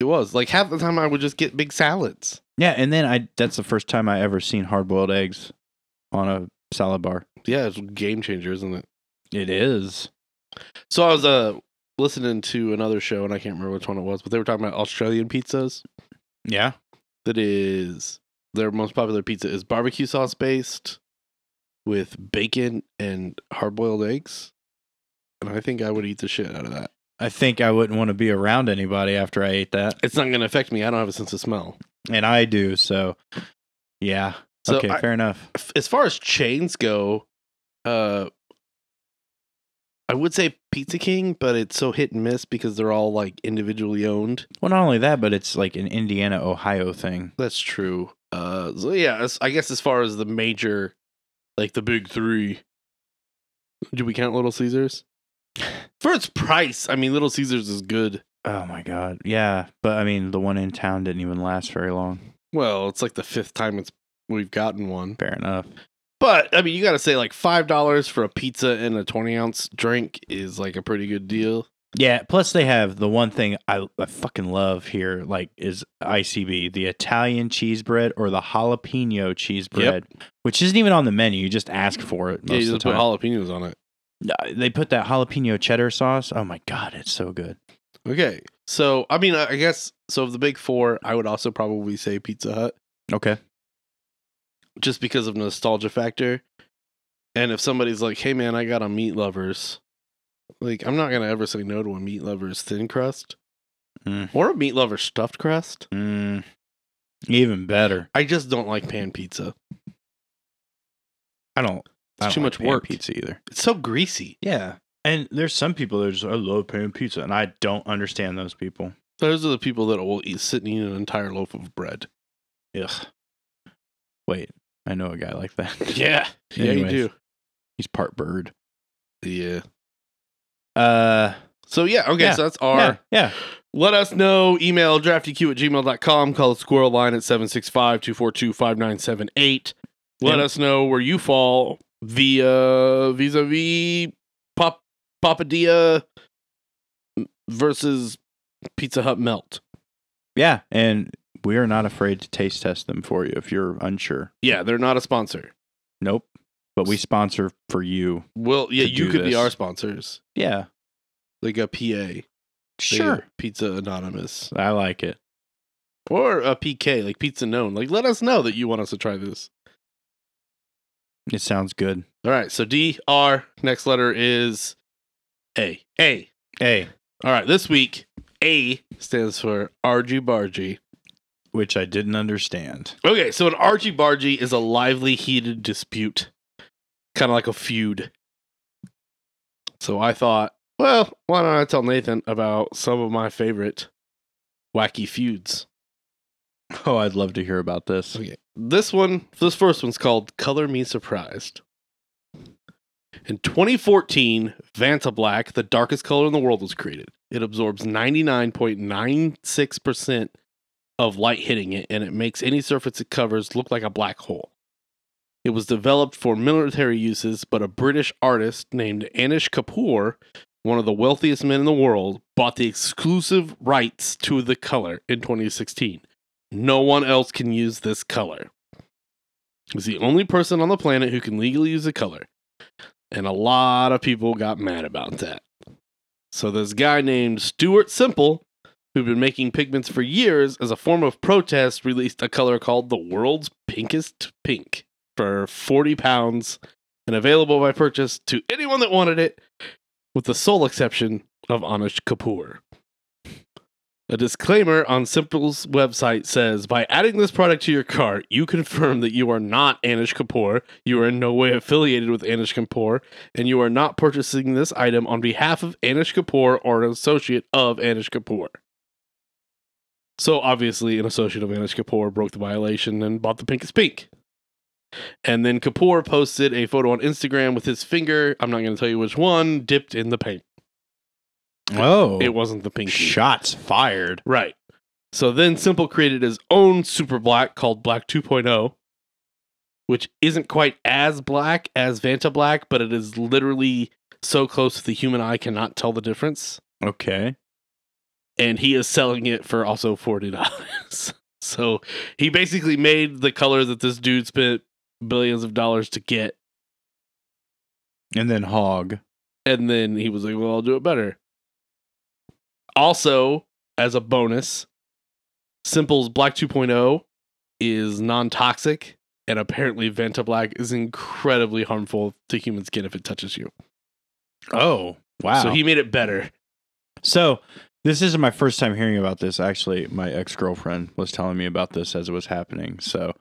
Speaker 2: It was like half the time I would just get big salads.
Speaker 1: Yeah, and then I that's the first time I ever seen hard boiled eggs on a salad bar.
Speaker 2: Yeah, it's a game changer, isn't it?
Speaker 1: It is.
Speaker 2: So I was uh listening to another show and I can't remember which one it was, but they were talking about Australian pizzas.
Speaker 1: Yeah.
Speaker 2: That is their most popular pizza is barbecue sauce based with bacon and hard boiled eggs. And I think I would eat the shit out of that.
Speaker 1: I think I wouldn't want to be around anybody after I ate that.
Speaker 2: It's not going to affect me. I don't have a sense of smell.
Speaker 1: And I do, so yeah.
Speaker 2: So
Speaker 1: okay,
Speaker 2: I-
Speaker 1: fair enough.
Speaker 2: f- as far as chains go, uh, I would say Pizza King, but it's so hit and miss because they're all like individually owned.
Speaker 1: Well, not only that, but it's like an Indiana, Ohio thing.
Speaker 2: That's true. Uh, so yeah, as, I guess as far as the major, like the big three, do we count Little Caesars? For its price, I mean, Little Caesars is good.
Speaker 1: Oh my god. Yeah, but I mean, the one in town didn't even last very long.
Speaker 2: Well, it's like the fifth time it's we've gotten one.
Speaker 1: Fair enough.
Speaker 2: But I mean, you got to say like five dollars for a pizza and a twenty ounce drink is like a pretty good deal.
Speaker 1: Yeah. Plus, they have the one thing I, I fucking love here, like, is ICB, the Italian cheese bread or the jalapeno cheese bread, which isn't even on the menu. You just ask for it most
Speaker 2: Yeah, you
Speaker 1: of the
Speaker 2: just put
Speaker 1: time.
Speaker 2: jalapenos on it.
Speaker 1: Uh, they put that jalapeno cheddar sauce. Oh my god, it's so good.
Speaker 2: Okay. So, I mean, I I guess, so of the big four, I would also probably say Pizza Hut
Speaker 1: Okay.
Speaker 2: just because of nostalgia factor. And if somebody's like, hey, man, I got a meat lovers, like, I'm not going to ever say no to a meat lovers thin crust
Speaker 1: Mm.
Speaker 2: or a meat lovers stuffed crust.
Speaker 1: Mm, even better.
Speaker 2: I just don't like pan pizza.
Speaker 1: I don't. I
Speaker 2: It's
Speaker 1: don't
Speaker 2: too
Speaker 1: like
Speaker 2: much
Speaker 1: pan
Speaker 2: work.
Speaker 1: Pizza either.
Speaker 2: It's so greasy.
Speaker 1: Yeah. And there's some people that are just I love pan pizza, and I don't understand those people.
Speaker 2: Those are the people that will eat, sit and eat an entire loaf of bread.
Speaker 1: Ugh. Wait, I know a guy like that.
Speaker 2: Yeah,
Speaker 1: Anyways.
Speaker 2: you
Speaker 1: He's part bird.
Speaker 2: do. Yeah.
Speaker 1: Uh.
Speaker 2: So, yeah. Okay.
Speaker 1: Yeah.
Speaker 2: So that's our.
Speaker 1: yeah. Yeah.
Speaker 2: Let us know. Email draftyq at gmail.com. Call the squirrel line at 765 242 5978. Let
Speaker 1: Yeah.
Speaker 2: us know where you fall via vis a vis Pop, Papadilla versus Pizza Hut Melt.
Speaker 1: Yeah. And we are not afraid to taste test them for you if you're unsure.
Speaker 2: Yeah, they're not a sponsor.
Speaker 1: Nope. But we sponsor for you.
Speaker 2: Well, yeah,
Speaker 1: To
Speaker 2: you
Speaker 1: do
Speaker 2: could be
Speaker 1: this.
Speaker 2: our sponsors,
Speaker 1: Yeah.
Speaker 2: like a PA.
Speaker 1: Sure.
Speaker 2: Pizza Anonymous
Speaker 1: I like it.
Speaker 2: or a PK, like Pizza Known. Like, let us know that you want us to try this.
Speaker 1: It sounds good.
Speaker 2: All right, so D R. Next letter is A. A.
Speaker 1: Hey,
Speaker 2: All right, this week A stands for argy bargy.
Speaker 1: which I didn't understand.
Speaker 2: Okay, so an argy bargy is a lively, heated dispute, kind of like a feud. So I thought, well, why don't I tell Nathan about some of my favorite wacky feuds?
Speaker 1: Oh, I'd love to hear about this.
Speaker 2: Okay. This one, this first one's called Color Me Surprised. In 2014, Vanta Black, the darkest color in the world, was created. It absorbs 99.96% of light hitting it, and it makes any surface it covers look like a black hole. It was developed for military uses, but a British artist named Anish Kapoor, one of the wealthiest men in the world, bought the exclusive rights to the color in 2016. No one else can use this color. He's the only person on the planet who can legally use the color. And a lot of people got mad about that. So this guy named Stuart Simple, who'd been making pigments for years as a form of protest, released a color called the world's pinkest pink for 40 pounds and available by purchase to anyone that wanted it, with the sole exception of Anish Kapoor. A disclaimer on Simple's website says by adding this product to your cart, you confirm that you are not Anish Kapoor, you are in no way affiliated with Anish Kapoor, and you are not purchasing this item on behalf of Anish Kapoor or an associate of Anish Kapoor. So obviously, an associate of Anish Kapoor broke the violation and bought the pinkest pink. And then Kapoor posted a photo on Instagram with his finger, I'm not going to tell you which one, dipped in the paint.
Speaker 1: Oh,
Speaker 2: It wasn't the pink.
Speaker 1: shots fired.
Speaker 2: Right. So then Simple created his own super black called Black 2.0, which isn't quite as black as Vanta Black, but it is literally so close that the human eye cannot tell the difference.
Speaker 1: Okay.
Speaker 2: And he is selling it for also $40. so he basically made the color that this dude spent billions of dollars to get.
Speaker 1: And then hog.
Speaker 2: And then he was like, well, I'll do it better. Also, as a bonus, Simple's Black 2.0 is non toxic. And apparently, Vanta Black is incredibly harmful to human skin if it touches you.
Speaker 1: Oh, wow.
Speaker 2: So
Speaker 1: So,
Speaker 2: he made it better.
Speaker 1: this isn't my first time hearing about this. Actually, my ex girlfriend was telling me about this as it was happening. So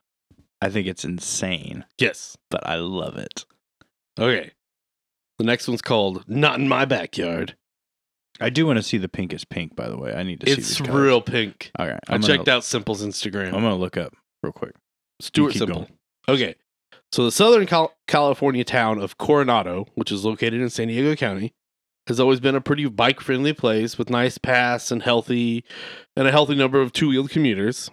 Speaker 1: I think it's insane,
Speaker 2: Yes.
Speaker 1: but I love it.
Speaker 2: Okay. The next one's called Not in My Backyard.
Speaker 1: I do want to see the pink is pink, by the way. I need to see
Speaker 2: It's
Speaker 1: these colors.
Speaker 2: real pink.
Speaker 1: All right.
Speaker 2: i checked out Simple's Instagram.
Speaker 1: I'm going to look up real quick.
Speaker 2: Stuart
Speaker 1: keep
Speaker 2: Simple.
Speaker 1: going.
Speaker 2: Okay. So the Southern Cal- California town of Coronado, which is located in San Diego County, has always been a pretty bike-friendly place with nice paths and healthy and a healthy number of two-wheeled commuters.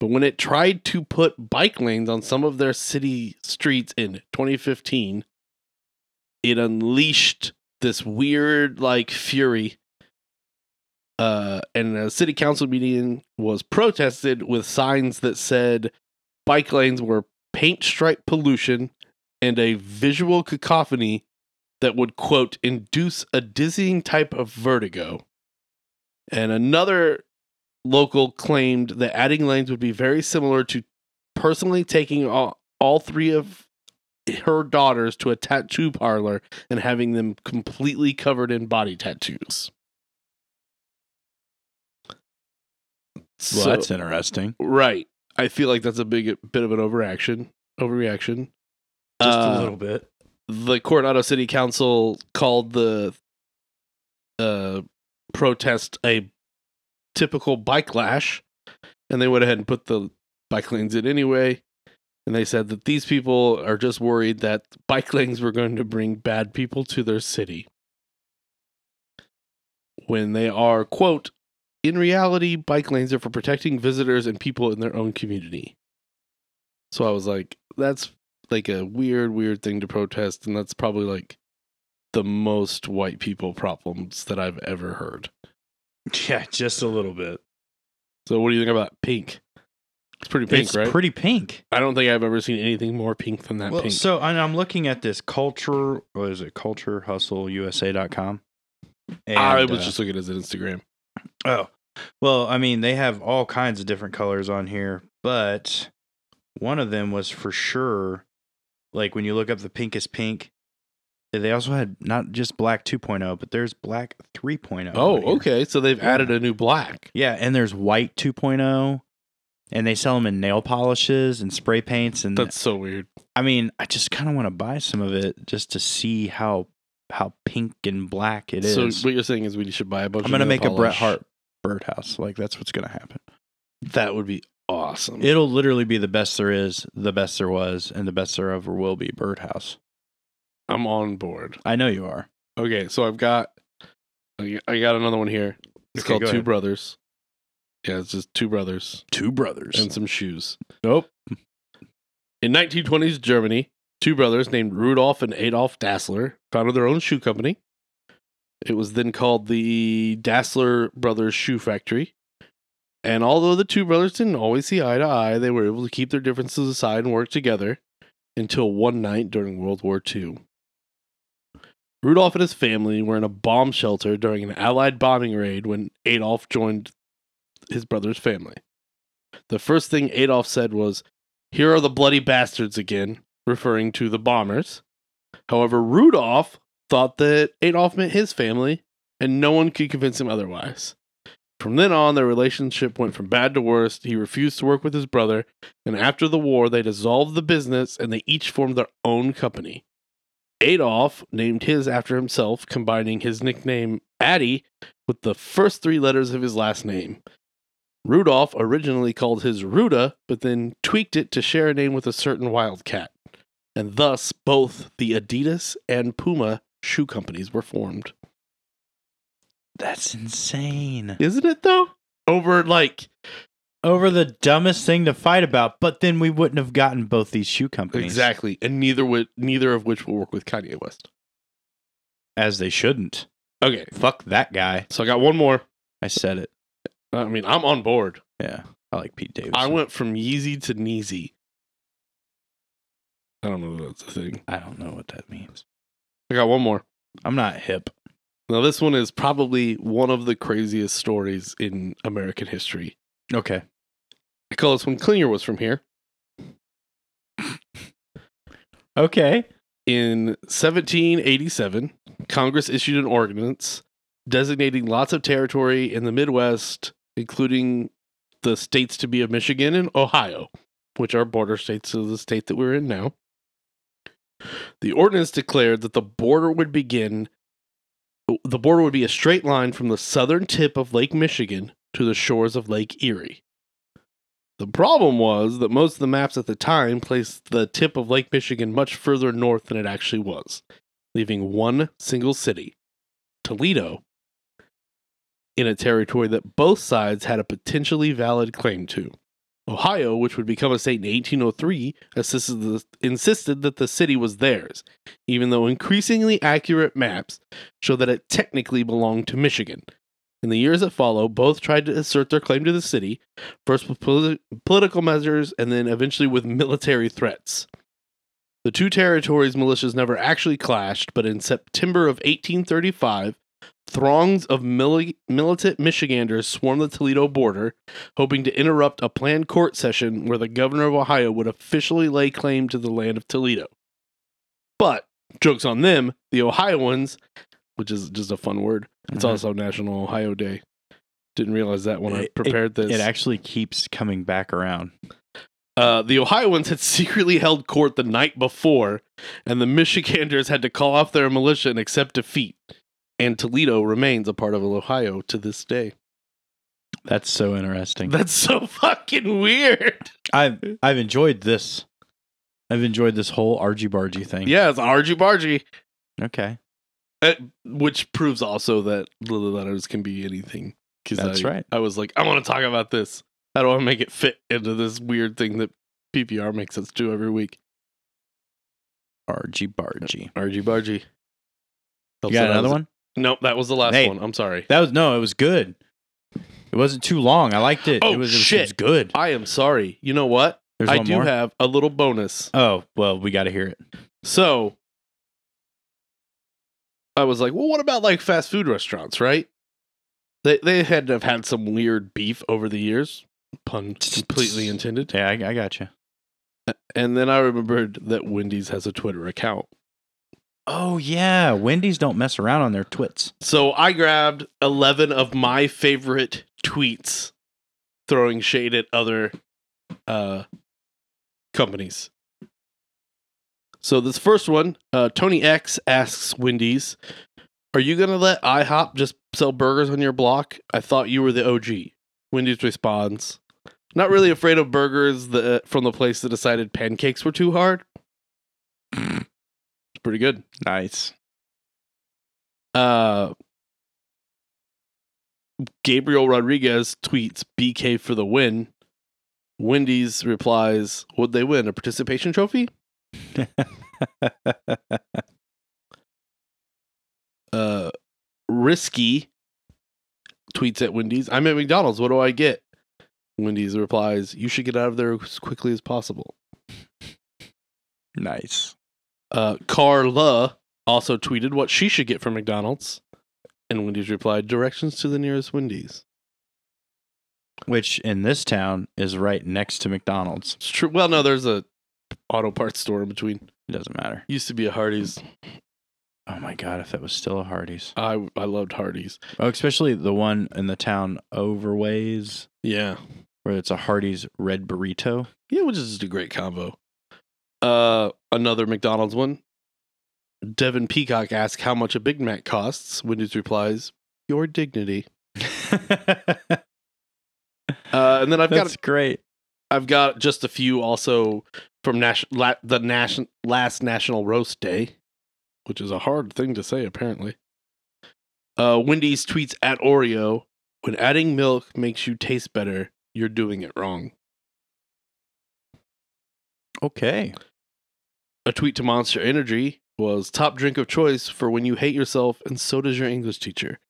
Speaker 2: But when it tried to put bike lanes on some of their city streets in 2015, it unleashed this weird like fury uh, and a city council meeting was protested with signs that said bike lanes were paint stripe pollution and a visual cacophony that would quote induce a dizzying type of vertigo And another local claimed that adding lanes would be very similar to personally taking all, all three of her daughters to a tattoo parlor and having them completely covered in body tattoos.
Speaker 1: Well,
Speaker 2: So-
Speaker 1: that's interesting.
Speaker 2: right. I feel like that's a big bit of an overaction, overreaction.
Speaker 1: Just
Speaker 2: Uh,
Speaker 1: a little bit.
Speaker 2: the Coronado City Council called the uh, protest a typical bike lash, and they went ahead and put the bike lanes in anyway. And they said that these people are just worried that bike lanes were going to bring bad people to their city. When they are, quote, in reality, bike lanes are for protecting visitors and people in their own community. So I was like, that's like a weird, weird thing to protest, and that's probably like the most white people problems that I've ever heard.
Speaker 1: Yeah, just a little bit.
Speaker 2: So, what do you think about pink? It's pretty pink,
Speaker 1: it's
Speaker 2: right?
Speaker 1: pretty pink.
Speaker 2: I don't think I've ever seen anything more pink than that
Speaker 1: Well,
Speaker 2: pink.
Speaker 1: so and I'm looking at this culture. What is it? CultureHustleUSA.com. And,
Speaker 2: I was
Speaker 1: uh,
Speaker 2: just looking at his Instagram.
Speaker 1: Oh, well, I mean, they have all kinds of different colors on here, but one of them was for sure like when you look up the pink is pink. eh, They also had not just black 2.0, but there's black 3.0.
Speaker 2: Oh,
Speaker 1: on here.
Speaker 2: okay. So they've added a new black.
Speaker 1: Yeah, and there's white 2.0, and they sell them in nail polishes and spray paints. And
Speaker 2: That's so weird.
Speaker 1: I mean, I just kind of want to buy some of it just to see how how pink and black it is.
Speaker 2: So what you're saying is we should buy a bunch.
Speaker 1: I'm gonna
Speaker 2: of nail
Speaker 1: make a Bret
Speaker 2: polish.
Speaker 1: Hart birdhouse. Like that's what's gonna happen.
Speaker 2: That would be awesome.
Speaker 1: It'll literally be the best there is, the best there was, and the best there ever will be birdhouse.
Speaker 2: I'm on board.
Speaker 1: I know you are.
Speaker 2: Okay, so I've got I I got another one here. It's
Speaker 1: Okay,
Speaker 2: called
Speaker 1: go
Speaker 2: Two
Speaker 1: ahead.
Speaker 2: Brothers. Yeah, it's just two brothers
Speaker 1: Two brothers.
Speaker 2: and some shoes.
Speaker 1: nope.
Speaker 2: In 1920s Germany, two brothers named Rudolf and Adolf Dassler founded their own shoe company. It was then called the Dassler Brothers Shoe Factory. And although the two brothers didn't always see eye to eye, they were able to keep their differences aside and work together until one night during World War II. Rudolf and his family were in a bomb shelter during an Allied bombing raid when Adolf joined his brother's family. The first thing Adolf said was, here are the bloody bastards again, referring to the bombers. However, Rudolph thought that Adolf meant his family, and no one could convince him otherwise. From then on, their relationship went from bad to worse. He refused to work with his brother, and after the war, they dissolved the business and they each formed their own company. Adolf named his after himself, combining his nickname Addy with the first three letters of his last name. Rudolph originally called his Ruda, but then tweaked it to share a name with a certain wildcat. And thus, both the Adidas and Puma shoe companies were formed.
Speaker 1: That's insane.
Speaker 2: Isn't it though? Over like
Speaker 1: Over the dumbest thing to fight about, but then we wouldn't have gotten both these shoe companies.
Speaker 2: exactly, and neither would neither of which will work with Kanye West.
Speaker 1: As they shouldn't.
Speaker 2: Okay,
Speaker 1: Fuck that guy.
Speaker 2: so I got one more.
Speaker 1: I said it.
Speaker 2: I mean, I'm on board.
Speaker 1: Yeah. I like Pete Davidson.
Speaker 2: I went from Yeezy to Neezy. I don't know if that's a thing.
Speaker 1: I don't know what that means.
Speaker 2: I got one more.
Speaker 1: I'm not hip.
Speaker 2: Now, this one is probably one of the craziest stories in American history.
Speaker 1: Okay.
Speaker 2: I call this one Klinger was from here.
Speaker 1: Okay.
Speaker 2: In 1787, Congress issued an ordinance designating lots of territory in the Midwest, including the states to be of Michigan and Ohio, which are border states to the state that we're in now. The ordinance declared that the border would begin, the border would be a straight line from the southern tip of Lake Michigan to the shores of Lake Erie. The problem was that most of the maps at the time placed the tip of Lake Michigan much further north than it actually was, leaving one single city, Toledo, in a territory that both sides had a potentially valid claim to. Ohio, which would become a state in 1803, assisted the, insisted that the city was theirs, even though increasingly accurate maps show that it technically belonged to Michigan. In the years that follow, both tried to assert their claim to the city, first with poli- political measures and then eventually with military threats. The two territories' militias never actually clashed, but in September of 1835, Throngs of mili- militant Michiganders swarmed the Toledo border, hoping to interrupt a planned court session where the governor of Ohio would officially lay claim to the land of Toledo. But, jokes on them, the Ohioans, which is just a fun word, it's
Speaker 1: Mhm.
Speaker 2: also National Ohio Day. Didn't realize that when I
Speaker 1: It- it-
Speaker 2: prepared this.
Speaker 1: It actually keeps coming back around.
Speaker 2: Uh, the Ohioans had secretly held court the night before, and the Michiganders had to call off their militia and accept defeat. And Toledo remains a part of Ohio to this day.
Speaker 1: That's so interesting.
Speaker 2: That's so fucking weird.
Speaker 1: I've I've enjoyed this. I've enjoyed this whole argy bargy thing.
Speaker 2: Yeah, it's argy bargy,
Speaker 1: Okay.
Speaker 2: Uh, which proves also that little letters can be anything. 'Cause
Speaker 1: That's
Speaker 2: I-
Speaker 1: right.
Speaker 2: I was like, I want to talk about this. How do I make it fit into this weird thing that PPR makes us do every week?
Speaker 1: Argy bargy.
Speaker 2: Argy bargy.
Speaker 1: You got another one?
Speaker 2: Nope, that was the last
Speaker 1: Hey.
Speaker 2: one. I'm sorry.
Speaker 1: That was no, it was good. It wasn't too long. I liked it.
Speaker 2: Oh,
Speaker 1: it was it was-
Speaker 2: shit.
Speaker 1: It was good.
Speaker 2: I am sorry. You know what?
Speaker 1: There's
Speaker 2: I
Speaker 1: one
Speaker 2: do
Speaker 1: more.
Speaker 2: have a little bonus.
Speaker 1: oh, well, we got to hear it.
Speaker 2: So I was like, well, what about like fast food restaurants, right? They they had to have had some weird beef over the years, pun completely intended.
Speaker 1: Yeah, I, I got you.
Speaker 2: And then I remembered that Wendy's has a Twitter account.
Speaker 1: Oh yeah, Wendy's don't mess around on their twits.
Speaker 2: So I grabbed 11 of my favorite tweets throwing shade at other uh, companies. So this first one, uh, Tony X asks Wendy's, "Are you gonna let IHOP just sell burgers on your block? I thought you were the OG." Wendy's responds, "Not really afraid of burgers the, from the place that decided pancakes were too hard." It's pretty good.
Speaker 1: Nice.
Speaker 2: Uh, Gabriel Rodriguez tweets BK for the win. Wendy's replies, Would they win a participation trophy? Uh, Risky tweets at Wendy's, I'm at McDonald's. What do I get? Wendy's replies, You should get out of there as quickly as possible.
Speaker 1: nice.
Speaker 2: Uh, Carla also tweeted what she should get from McDonald's. And Wendy's replied, Directions to the nearest Wendy's.
Speaker 1: Which in this town is right next to McDonald's.
Speaker 2: It's true. Well, no, there's a auto parts store in between.
Speaker 1: It doesn't matter.
Speaker 2: Used to be a Hardee's.
Speaker 1: Oh my god, if that was still a Hardee's.
Speaker 2: I I loved Hardee's.
Speaker 1: Oh, especially the one in the town overways
Speaker 2: Yeah,
Speaker 1: where it's a Hardee's red burrito.
Speaker 2: yeah, which is just a great combo. Uh, another McDonald's one. Devin Peacock asks how much a Big Mac costs. Wendy's replies, "Your dignity." Uh, and then I've got
Speaker 1: That's great.
Speaker 2: I've got just a few also from Nash- la- the nation last National Roast Day, which is a hard thing to say apparently. Uh, Wendy's tweets at Oreo: "When adding milk makes you taste better, you're doing it wrong."
Speaker 1: Okay.
Speaker 2: A tweet to Monster Energy was top drink of choice for when you hate yourself, and so does your English teacher.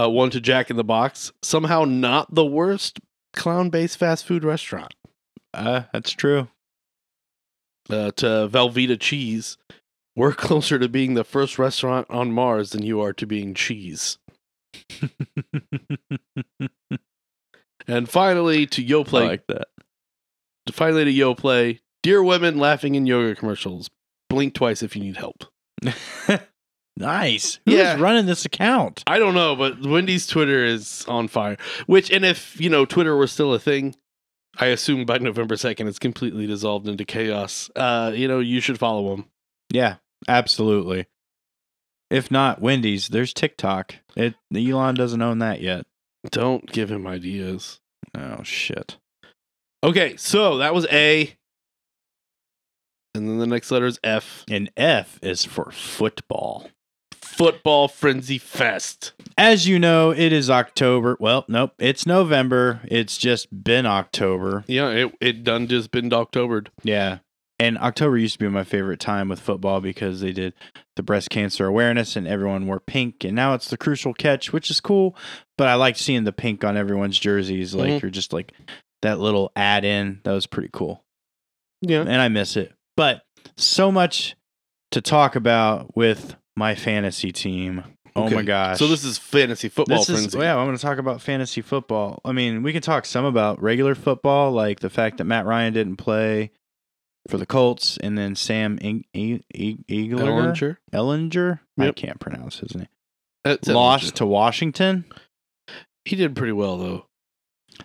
Speaker 2: Uh, one to Jack in the Box, somehow not the worst clown-based fast food restaurant.
Speaker 1: uh, that's true.
Speaker 2: uh, to Velveeta cheese. We're closer to being the first restaurant on Mars than you are to being cheese. And finally, to Yo
Speaker 1: I
Speaker 2: Play.
Speaker 1: like that.
Speaker 2: finally, to Yo Play. Dear women laughing in yoga commercials. Blink twice if you need help.
Speaker 1: nice. Who's
Speaker 2: Yeah.
Speaker 1: running this account?
Speaker 2: I don't know, but Wendy's Twitter is on fire. Which, and if you know Twitter were still a thing, I assume by November second it's completely dissolved into chaos. Uh, you know, you should follow them.
Speaker 1: Yeah, absolutely. If not Wendy's, there's TikTok. It Elon doesn't own that yet.
Speaker 2: Don't give him ideas.
Speaker 1: Oh shit.
Speaker 2: Okay, so that was A. And then the next letter is F.
Speaker 1: And F is for football.
Speaker 2: Football Frenzy Fest.
Speaker 1: As you know, it is October. Well, nope, it's November. It's just been October.
Speaker 2: Yeah, it, it done just been Octobered.
Speaker 1: Yeah. And October used to be my favorite time with football because they did the breast cancer awareness and everyone wore pink. And now it's the crucial catch, which is cool. But I like seeing the pink on everyone's jerseys. Like
Speaker 2: Mhm.
Speaker 1: you're just like that little add in. That was pretty cool.
Speaker 2: Yeah.
Speaker 1: And I miss it. But so much to talk about with my fantasy team. Oh my
Speaker 2: Okay.
Speaker 1: gosh.
Speaker 2: So this is fantasy football
Speaker 1: This is, oh,
Speaker 2: frenzy.
Speaker 1: yeah, I'm going to talk about fantasy football. I mean, we can talk some about regular football, like the fact that Matt Ryan didn't play for the Colts, and then Sam Eng- E- E- Eagler
Speaker 2: Ellinger?
Speaker 1: Ellinger? I
Speaker 2: Yep.
Speaker 1: can't pronounce his name.
Speaker 2: That's
Speaker 1: Lost
Speaker 2: Ellinger.
Speaker 1: to Washington.
Speaker 2: He did pretty well though.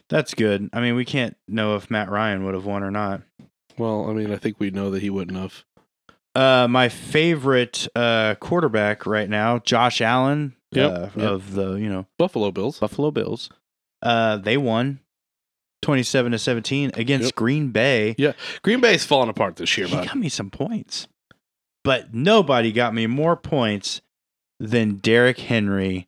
Speaker 1: That's good. I mean, we can't know if Matt Ryan would have won or not.
Speaker 2: Well, I mean, I think we know that he wouldn't have.
Speaker 1: Uh, my favorite uh, quarterback right now, Josh Allen
Speaker 2: Yep,
Speaker 1: uh,
Speaker 2: yep.
Speaker 1: of the you know
Speaker 2: Buffalo Bills.
Speaker 1: Buffalo Bills. Uh, they won twenty-seven to seventeen against
Speaker 2: Yep.
Speaker 1: Green Bay.
Speaker 2: Green Bay's falling apart this year,
Speaker 1: he
Speaker 2: bud.
Speaker 1: got me some points, but nobody got me more points than Derrick Henry.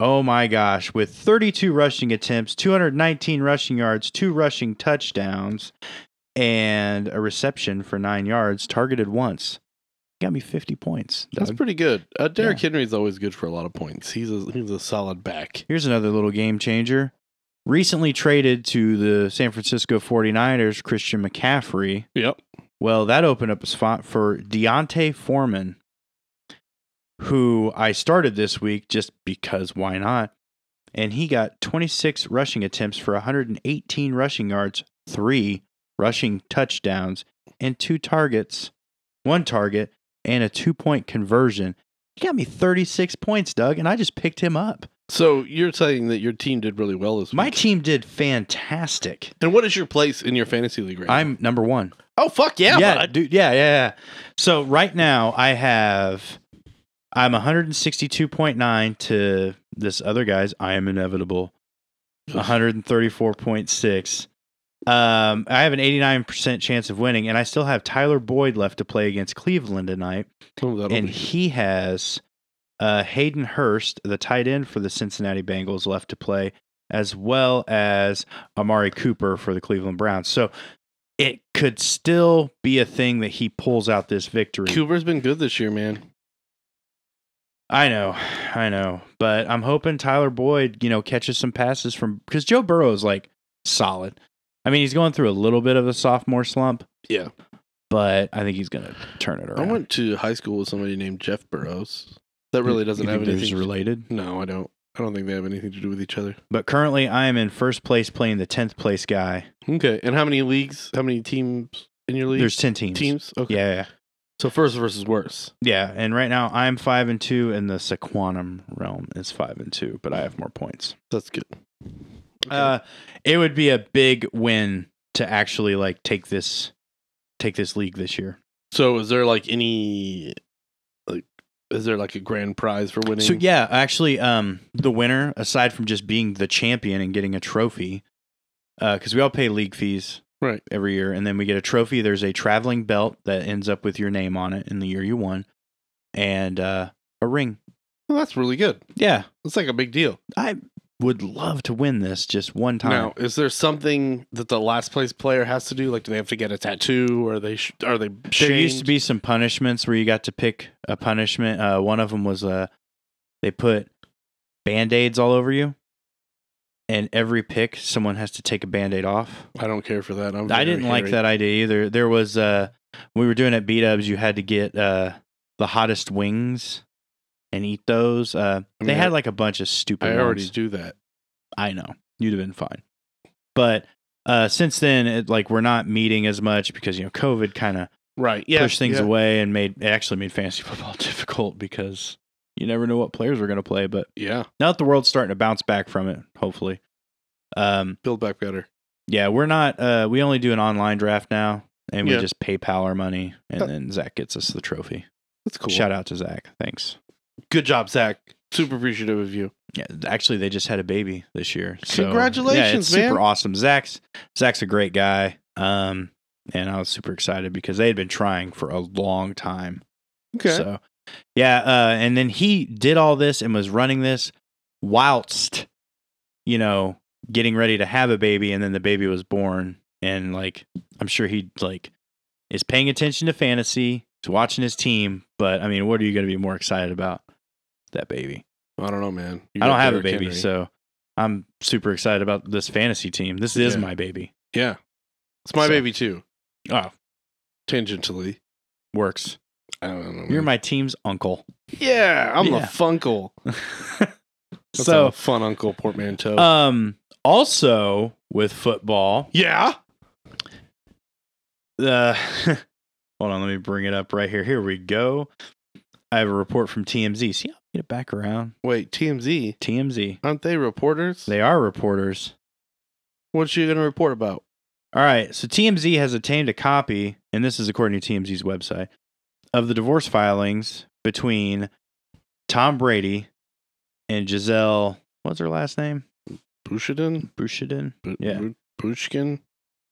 Speaker 1: Oh my gosh! With thirty-two rushing attempts, two hundred nineteen rushing yards, two rushing touchdowns, and a reception for nine yards, targeted once. Got me fifty points.
Speaker 2: That's
Speaker 1: dog.
Speaker 2: pretty good. Uh, Derrick Henry's always good for a lot of points. He's a he's a solid back.
Speaker 1: Here's another little game changer. Recently traded to the San Francisco 49ers, Christian McCaffrey.
Speaker 2: Yep.
Speaker 1: Well, that opened up a spot for Deontay Foreman, who I started this week just because why not? And he got 26 rushing attempts for 118 rushing yards, three rushing touchdowns, and two targets, one target, and a two point conversion. He got me 36 points, Doug, and I just picked him up.
Speaker 2: So you're saying that your team did really well this
Speaker 1: My
Speaker 2: week.
Speaker 1: team did fantastic.
Speaker 2: and what is your place in your fantasy league right now?
Speaker 1: I'm number one.
Speaker 2: Oh fuck yeah,
Speaker 1: yeah,
Speaker 2: bud.
Speaker 1: dude. Yeah, yeah, yeah. So right now I have I'm 162.9 to this other guy's I am inevitable 134.6. Um, I have an 89% chance of winning, and I still have Tyler Boyd left to play against Cleveland tonight.
Speaker 2: Oh, that'll
Speaker 1: and
Speaker 2: be-
Speaker 1: he has uh, Hayden Hurst, the tight end for the Cincinnati Bengals, left to play, as well as Amari Cooper for the Cleveland Browns. So it could still be a thing that he pulls out this victory.
Speaker 2: Cooper's been good this year, man.
Speaker 1: I know, I know, but I'm hoping Tyler Boyd, you know, catches some passes from because Joe Burrow is like solid. I mean, he's going through a little bit of a sophomore slump,
Speaker 2: Yeah.
Speaker 1: but I think he's going to turn it
Speaker 2: I
Speaker 1: around.
Speaker 2: went to high school with somebody named Jeff Burrows. That really doesn't
Speaker 1: You
Speaker 2: have
Speaker 1: think they're
Speaker 2: anything.
Speaker 1: just related.
Speaker 2: no, I don't. I don't think they have anything to do with each other.
Speaker 1: But currently, I am in first place playing the 10th place guy.
Speaker 2: Okay. And how many leagues? How many teams in your league?
Speaker 1: There's 10 teams.
Speaker 2: teams. Okay.
Speaker 1: Yeah, yeah,
Speaker 2: So first versus worse.
Speaker 1: yeah. And right now, I'm 5 and 2, and the Sequanum realm is 5 and 2, but I have more points.
Speaker 2: That's good.
Speaker 1: Uh, it would be a big win to actually like take this take this league this year.
Speaker 2: So is there like any like is there like a grand prize for winning?
Speaker 1: So yeah, actually, um, the winner, aside from just being the champion and getting a trophy, because we all pay league fees
Speaker 2: Right.
Speaker 1: every year, and then we get a trophy. There's a traveling belt that ends up with your name on it in the year you won, and uh, a ring.
Speaker 2: Well, that's really good.
Speaker 1: Yeah,
Speaker 2: That's like a big deal.
Speaker 1: I would love to win this just one time.
Speaker 2: Now, is there something that the last place player has to do? Like, do they have to get a tattoo, or are they sh- are they?
Speaker 1: There used to be some punishments where you got to pick a punishment. Uh, one of them was uh, they put band aids all over you, and every pick someone has to take a band aid off.
Speaker 2: I don't care for that. I'm
Speaker 1: I didn't
Speaker 2: very
Speaker 1: like
Speaker 2: hairy.
Speaker 1: that idea either. There was uh we were doing at B Dubs, you had to get uh the hottest wings and eat those. Uh
Speaker 2: I
Speaker 1: they
Speaker 2: mean, I-
Speaker 1: had like a bunch of stupid
Speaker 2: I
Speaker 1: ones.
Speaker 2: already do that.
Speaker 1: I know. You'd have been fine. But uh since then it, like we're not meeting as much because you know COVID kind of
Speaker 2: Right. Yeah.
Speaker 1: pushed things
Speaker 2: yeah.
Speaker 1: away and made it actually made fantasy football difficult because you never know what players were going to play, but
Speaker 2: Yeah.
Speaker 1: now that the world's starting to bounce back from it, hopefully. Um
Speaker 2: Build back better.
Speaker 1: yeah, we're not. Uh, we only do an online draft now, and we
Speaker 2: Yeah.
Speaker 1: just PayPal our money, and
Speaker 2: Huh.
Speaker 1: then Zach gets us the trophy.
Speaker 2: That's cool.
Speaker 1: Shout out to Zach. Thanks.
Speaker 2: Good job, Zach. Super appreciative of you.
Speaker 1: Yeah, actually, they just had a baby this year. So, yeah, it's
Speaker 2: Congratulations, man.
Speaker 1: Super awesome. Zach's Zach's a great guy. Um, and I was super excited because they had been trying for a long time.
Speaker 2: Okay.
Speaker 1: So, yeah. Uh, and then he did all this and was running this whilst, you know, getting ready to have a baby. And then the baby was born. And like, I'm sure he like is paying attention to fantasy, to watching his team. But I mean, what are you going to be more excited about? That baby.
Speaker 2: I don't know, man. You
Speaker 1: I
Speaker 2: got
Speaker 1: don't have a
Speaker 2: Derrick
Speaker 1: baby,
Speaker 2: Henry.
Speaker 1: so I'm super excited about this fantasy team. This is
Speaker 2: Yeah.
Speaker 1: my baby.
Speaker 2: yeah, it's my
Speaker 1: So-
Speaker 2: baby too.
Speaker 1: Oh,
Speaker 2: Tangentially,
Speaker 1: works.
Speaker 2: I don't know.
Speaker 1: You're
Speaker 2: man.
Speaker 1: my team's uncle.
Speaker 2: yeah. I'm the
Speaker 1: Yeah.
Speaker 2: funkle. That's
Speaker 1: so,
Speaker 2: a fun uncle portmanteau.
Speaker 1: um, also with football,
Speaker 2: yeah.
Speaker 1: uh, hold on, let me bring it up right here. Here we go. I have a report from TMZ. See, I'll get it back around.
Speaker 2: Wait, TMZ
Speaker 1: TMZ.
Speaker 2: aren't they reporters?
Speaker 1: They are reporters.
Speaker 2: What's she gonna report about?
Speaker 1: All right. So TMZ has obtained a copy, and this is according to TMZ's website, of the divorce filings between Tom Brady and Giselle. What's her last name?
Speaker 2: Bushadin?
Speaker 1: Bouchardin.
Speaker 2: Bu-
Speaker 1: Yeah.
Speaker 2: Bu- Bushkin?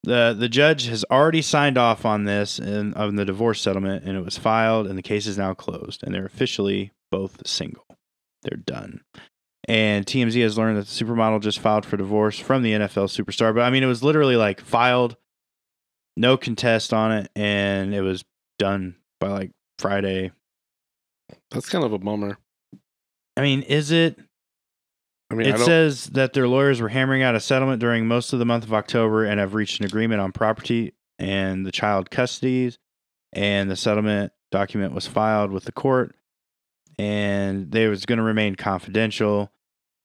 Speaker 1: The the judge has already signed off on this and on the divorce settlement, and it was filed, and the case is now closed, and they're officially both single. They're done. And TMZ has learned that the supermodel just filed for divorce from the NFL superstar. But I mean, it was literally like filed, no contest on it, and it was done by like Friday.
Speaker 2: That's kind of a bummer.
Speaker 1: I mean, is it?
Speaker 2: I mean, I
Speaker 1: it
Speaker 2: don't.
Speaker 1: says that their lawyers were hammering out a settlement during most of the month of October and have reached an agreement on property and the child custodies. And the settlement document was filed with the court and they was going to remain confidential.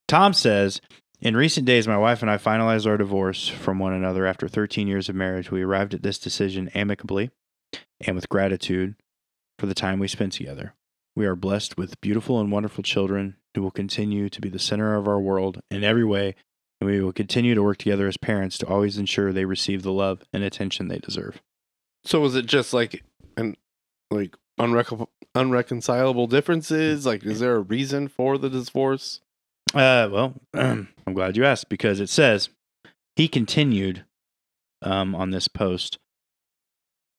Speaker 1: Tom says, in recent days, my wife and I finalized our divorce from one another after 13 years of marriage. We arrived at this decision amicably and with gratitude for the time we spent together. We are blessed with beautiful and wonderful children who will continue to be the center of our world in every way, and we will continue to work together as parents to always ensure they receive the love and attention they deserve.
Speaker 2: so was it just like an like unrecon- unreconcilable differences? Like, is there a reason for the divorce?
Speaker 1: Uh, well, I'm glad you asked because it says he continued um, on this post.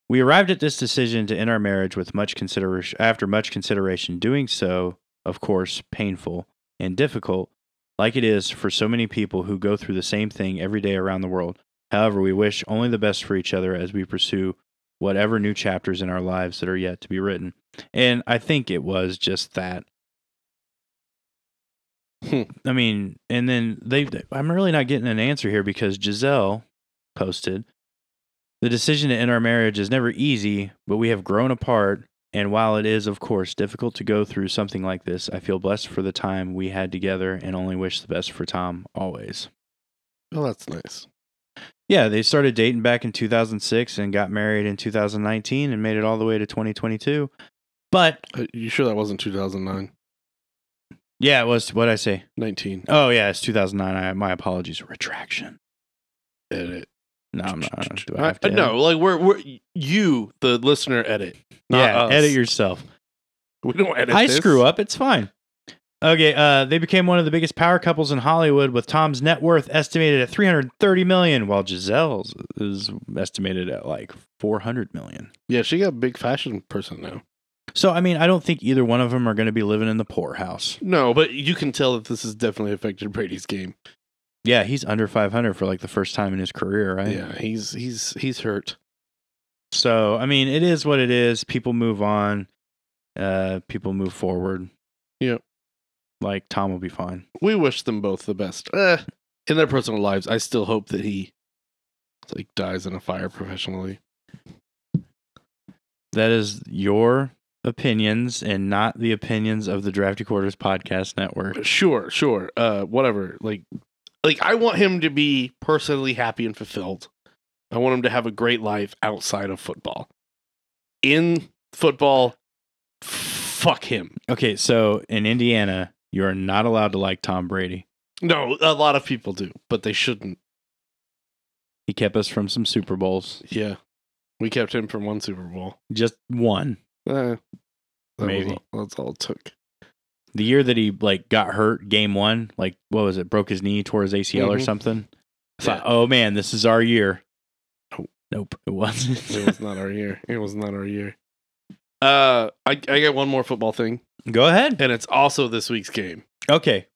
Speaker 1: We arrived at this decision to end our marriage with much consideration. After much consideration, doing so, of course, painful and difficult, like it is for so many people who go through the same thing every day around the world. However, we wish only the best for each other as we pursue whatever new chapters in our lives that are yet to be written. And I think it was just that I mean, and then they I'm really not getting an answer here because Giselle posted the decision to end our marriage is never easy, but we have grown apart. And while it is, of course, difficult to go through something like this, I feel blessed for the time we had together and only wish the best for Tom always.
Speaker 2: Oh, that's nice.
Speaker 1: Yeah, they started dating back in 2006 and got married in 2019 and made it all the way to 2022. But
Speaker 2: Uh, You sure that wasn't 2009?
Speaker 1: yeah, it was what I say.
Speaker 2: 19.
Speaker 1: Oh, yeah, it's 2009. I, my apologies. Retraction.
Speaker 2: Edit.
Speaker 1: No, I'm not. Do I
Speaker 2: I-
Speaker 1: have to edit?
Speaker 2: Uh, no, like we're, we're you, the listener, edit. Not
Speaker 1: Yeah,
Speaker 2: us.
Speaker 1: edit yourself.
Speaker 2: We don't edit.
Speaker 1: I screw up. It's fine. Okay, uh, they became one of the biggest power couples in Hollywood, with Tom's net worth estimated at 330 million, while Giselle's is estimated at like 400 million.
Speaker 2: Yeah, she got a big fashion person now.
Speaker 1: So, I mean, I don't think either one of them are going to be living in the poorhouse.
Speaker 2: No, but you can tell that this has definitely affected Brady's game.
Speaker 1: Yeah, he's under 500 for like the first time in his career, right?
Speaker 2: Yeah, he's he's he's hurt.
Speaker 1: So, I mean, it is what it is. People move on. Uh, people move forward.
Speaker 2: Yep.
Speaker 1: Like Tom will be fine.
Speaker 2: We wish them both the best. Eh, in their personal lives, I still hope that he like dies in a fire professionally.
Speaker 1: That is your opinions and not the opinions of the Drafty Quarters Podcast Network.
Speaker 2: Sure, sure. Uh whatever. Like like I want him to be personally happy and fulfilled. I want him to have a great life outside of football. In football, fuck him.
Speaker 1: Okay, so in Indiana, you are not allowed to like Tom Brady.
Speaker 2: No, a lot of people do, but they shouldn't.
Speaker 1: He kept us from some Super Bowls,
Speaker 2: Yeah. We kept him from one Super Bowl.
Speaker 1: just one.
Speaker 2: Eh, that
Speaker 1: Maybe.
Speaker 2: was all- that's all it took.
Speaker 1: The year that he like got hurt, game one, like what was it? Broke his knee, tore his ACL or
Speaker 2: Mhm.
Speaker 1: something. I thought,
Speaker 2: Yeah.
Speaker 1: oh man, this is our year.
Speaker 2: Nope.
Speaker 1: Nope, it wasn't.
Speaker 2: It was not our year. It was not our year. Uh, I, I got one more football thing,
Speaker 1: Go ahead.
Speaker 2: and it's also this week's game.
Speaker 1: Okay.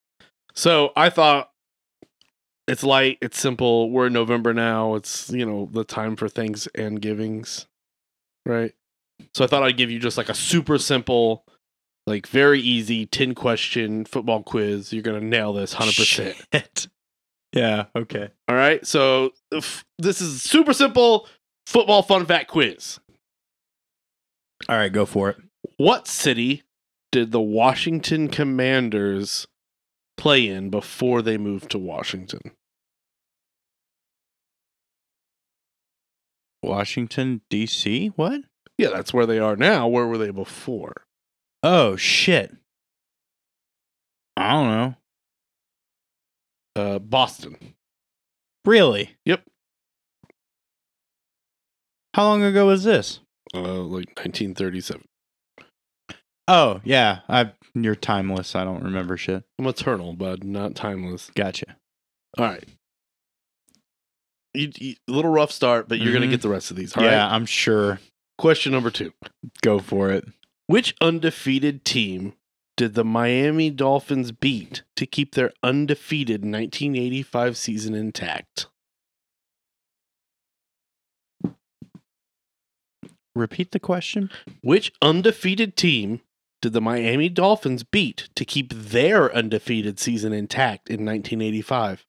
Speaker 2: So I thought it's light, it's simple. We're in November now. It's you know the time for things and givings, right? So I thought I'd give you just like a super simple, like very easy ten question football quiz. You're gonna nail this hundred percent.
Speaker 1: Shit. Yeah, okay.
Speaker 2: All right. So if- this is super simple football fun fact quiz.
Speaker 1: All right, go for it.
Speaker 2: What city did the Washington Commanders play in before they moved to Washington?
Speaker 1: Washington D.C. What?
Speaker 2: Yeah, that's where they are now. Where were they before?
Speaker 1: Oh shit! I don't know.
Speaker 2: Uh, Boston.
Speaker 1: Really?
Speaker 2: Yep.
Speaker 1: How long ago was this?
Speaker 2: Uh, like 1937.
Speaker 1: Oh yeah, I you're timeless. I don't remember shit.
Speaker 2: I'm eternal, bud, not timeless.
Speaker 1: Gotcha.
Speaker 2: All right. You, you- little rough start, but you're going
Speaker 1: Mhm.
Speaker 2: to get the rest of these. All right.
Speaker 1: yeah, I'm sure.
Speaker 2: Question number two.
Speaker 1: Go for it.
Speaker 2: Which undefeated team did the Miami Dolphins beat to keep their undefeated 1985 season intact?
Speaker 1: Repeat the question.
Speaker 2: Which undefeated team did the Miami Dolphins beat to keep their undefeated season intact in 1985?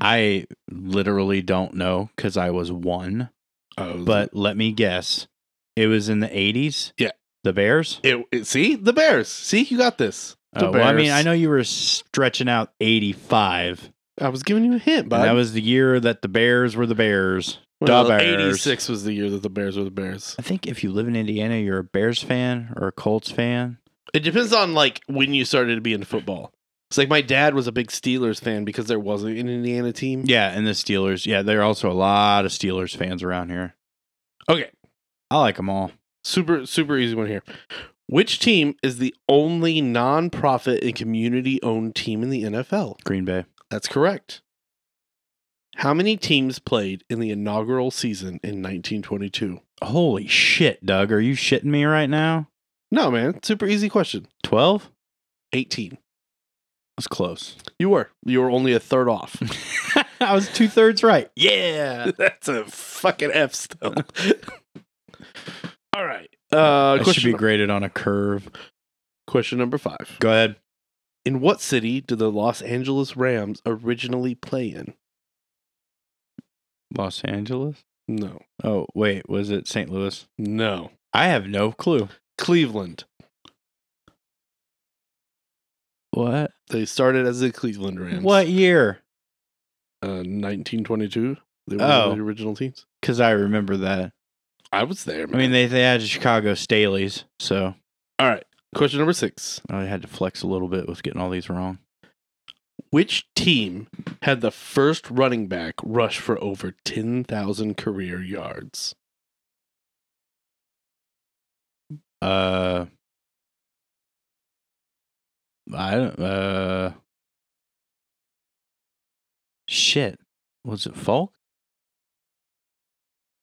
Speaker 1: I literally don't know because I was one.
Speaker 2: Oh,
Speaker 1: But let me guess. It was in the 80s.
Speaker 2: Yeah.
Speaker 1: The Bears.
Speaker 2: it, it- see the Bears. See you got this. The
Speaker 1: Uh, well, I mean,
Speaker 2: Bears.
Speaker 1: I know you were stretching out 85.
Speaker 2: I was giving you a hint,
Speaker 1: But that
Speaker 2: but
Speaker 1: was the year that the Bears were the Bears.
Speaker 2: well,
Speaker 1: the Bears.
Speaker 2: 86 was the year that the Bears were the Bears.
Speaker 1: I think if you live in Indiana, you're a Bears fan or a Colts fan.
Speaker 2: It depends on like when you started to be into football. It's like my dad was a big Steelers fan because there wasn't an Indiana team.
Speaker 1: Yeah, and the Steelers. Yeah, there are also a lot of Steelers fans around here.
Speaker 2: Okay.
Speaker 1: I like them all.
Speaker 2: Super super easy one here. Which team is the only nonprofit and community owned team in the NFL?
Speaker 1: Green Bay.
Speaker 2: That's correct. How many teams played in the inaugural season in 1922?
Speaker 1: Holy shit, Doug. Are you shitting me right now?
Speaker 2: No, man. Super easy question.
Speaker 1: 12?
Speaker 2: 18.
Speaker 1: That's close.
Speaker 2: You were. You were only a third off.
Speaker 1: I was two thirds right. Yeah.
Speaker 2: That's a fucking F still. All right. Uh,
Speaker 1: that should
Speaker 2: question,
Speaker 1: be graded on a curve.
Speaker 2: question number five.
Speaker 1: Go ahead.
Speaker 2: In what city did the Los Angeles Rams originally play in?
Speaker 1: Los Angeles?
Speaker 2: No.
Speaker 1: Oh, wait. Was it St. Louis?
Speaker 2: No.
Speaker 1: I have no clue.
Speaker 2: Cleveland.
Speaker 1: What?
Speaker 2: They started as the Cleveland Rams.
Speaker 1: What year?
Speaker 2: Uh, 1922. They were one
Speaker 1: Oh.
Speaker 2: of the original teams.
Speaker 1: Because I remember that.
Speaker 2: I was there.
Speaker 1: I mean, they, they had Chicago Staley's, so
Speaker 2: All right. Question number six.
Speaker 1: I had to flex a little bit with getting all these wrong.
Speaker 2: Which team had the first running back rush for over 10,000 career yards?
Speaker 1: Uh, I don't. Uh, shit. Was it Falk?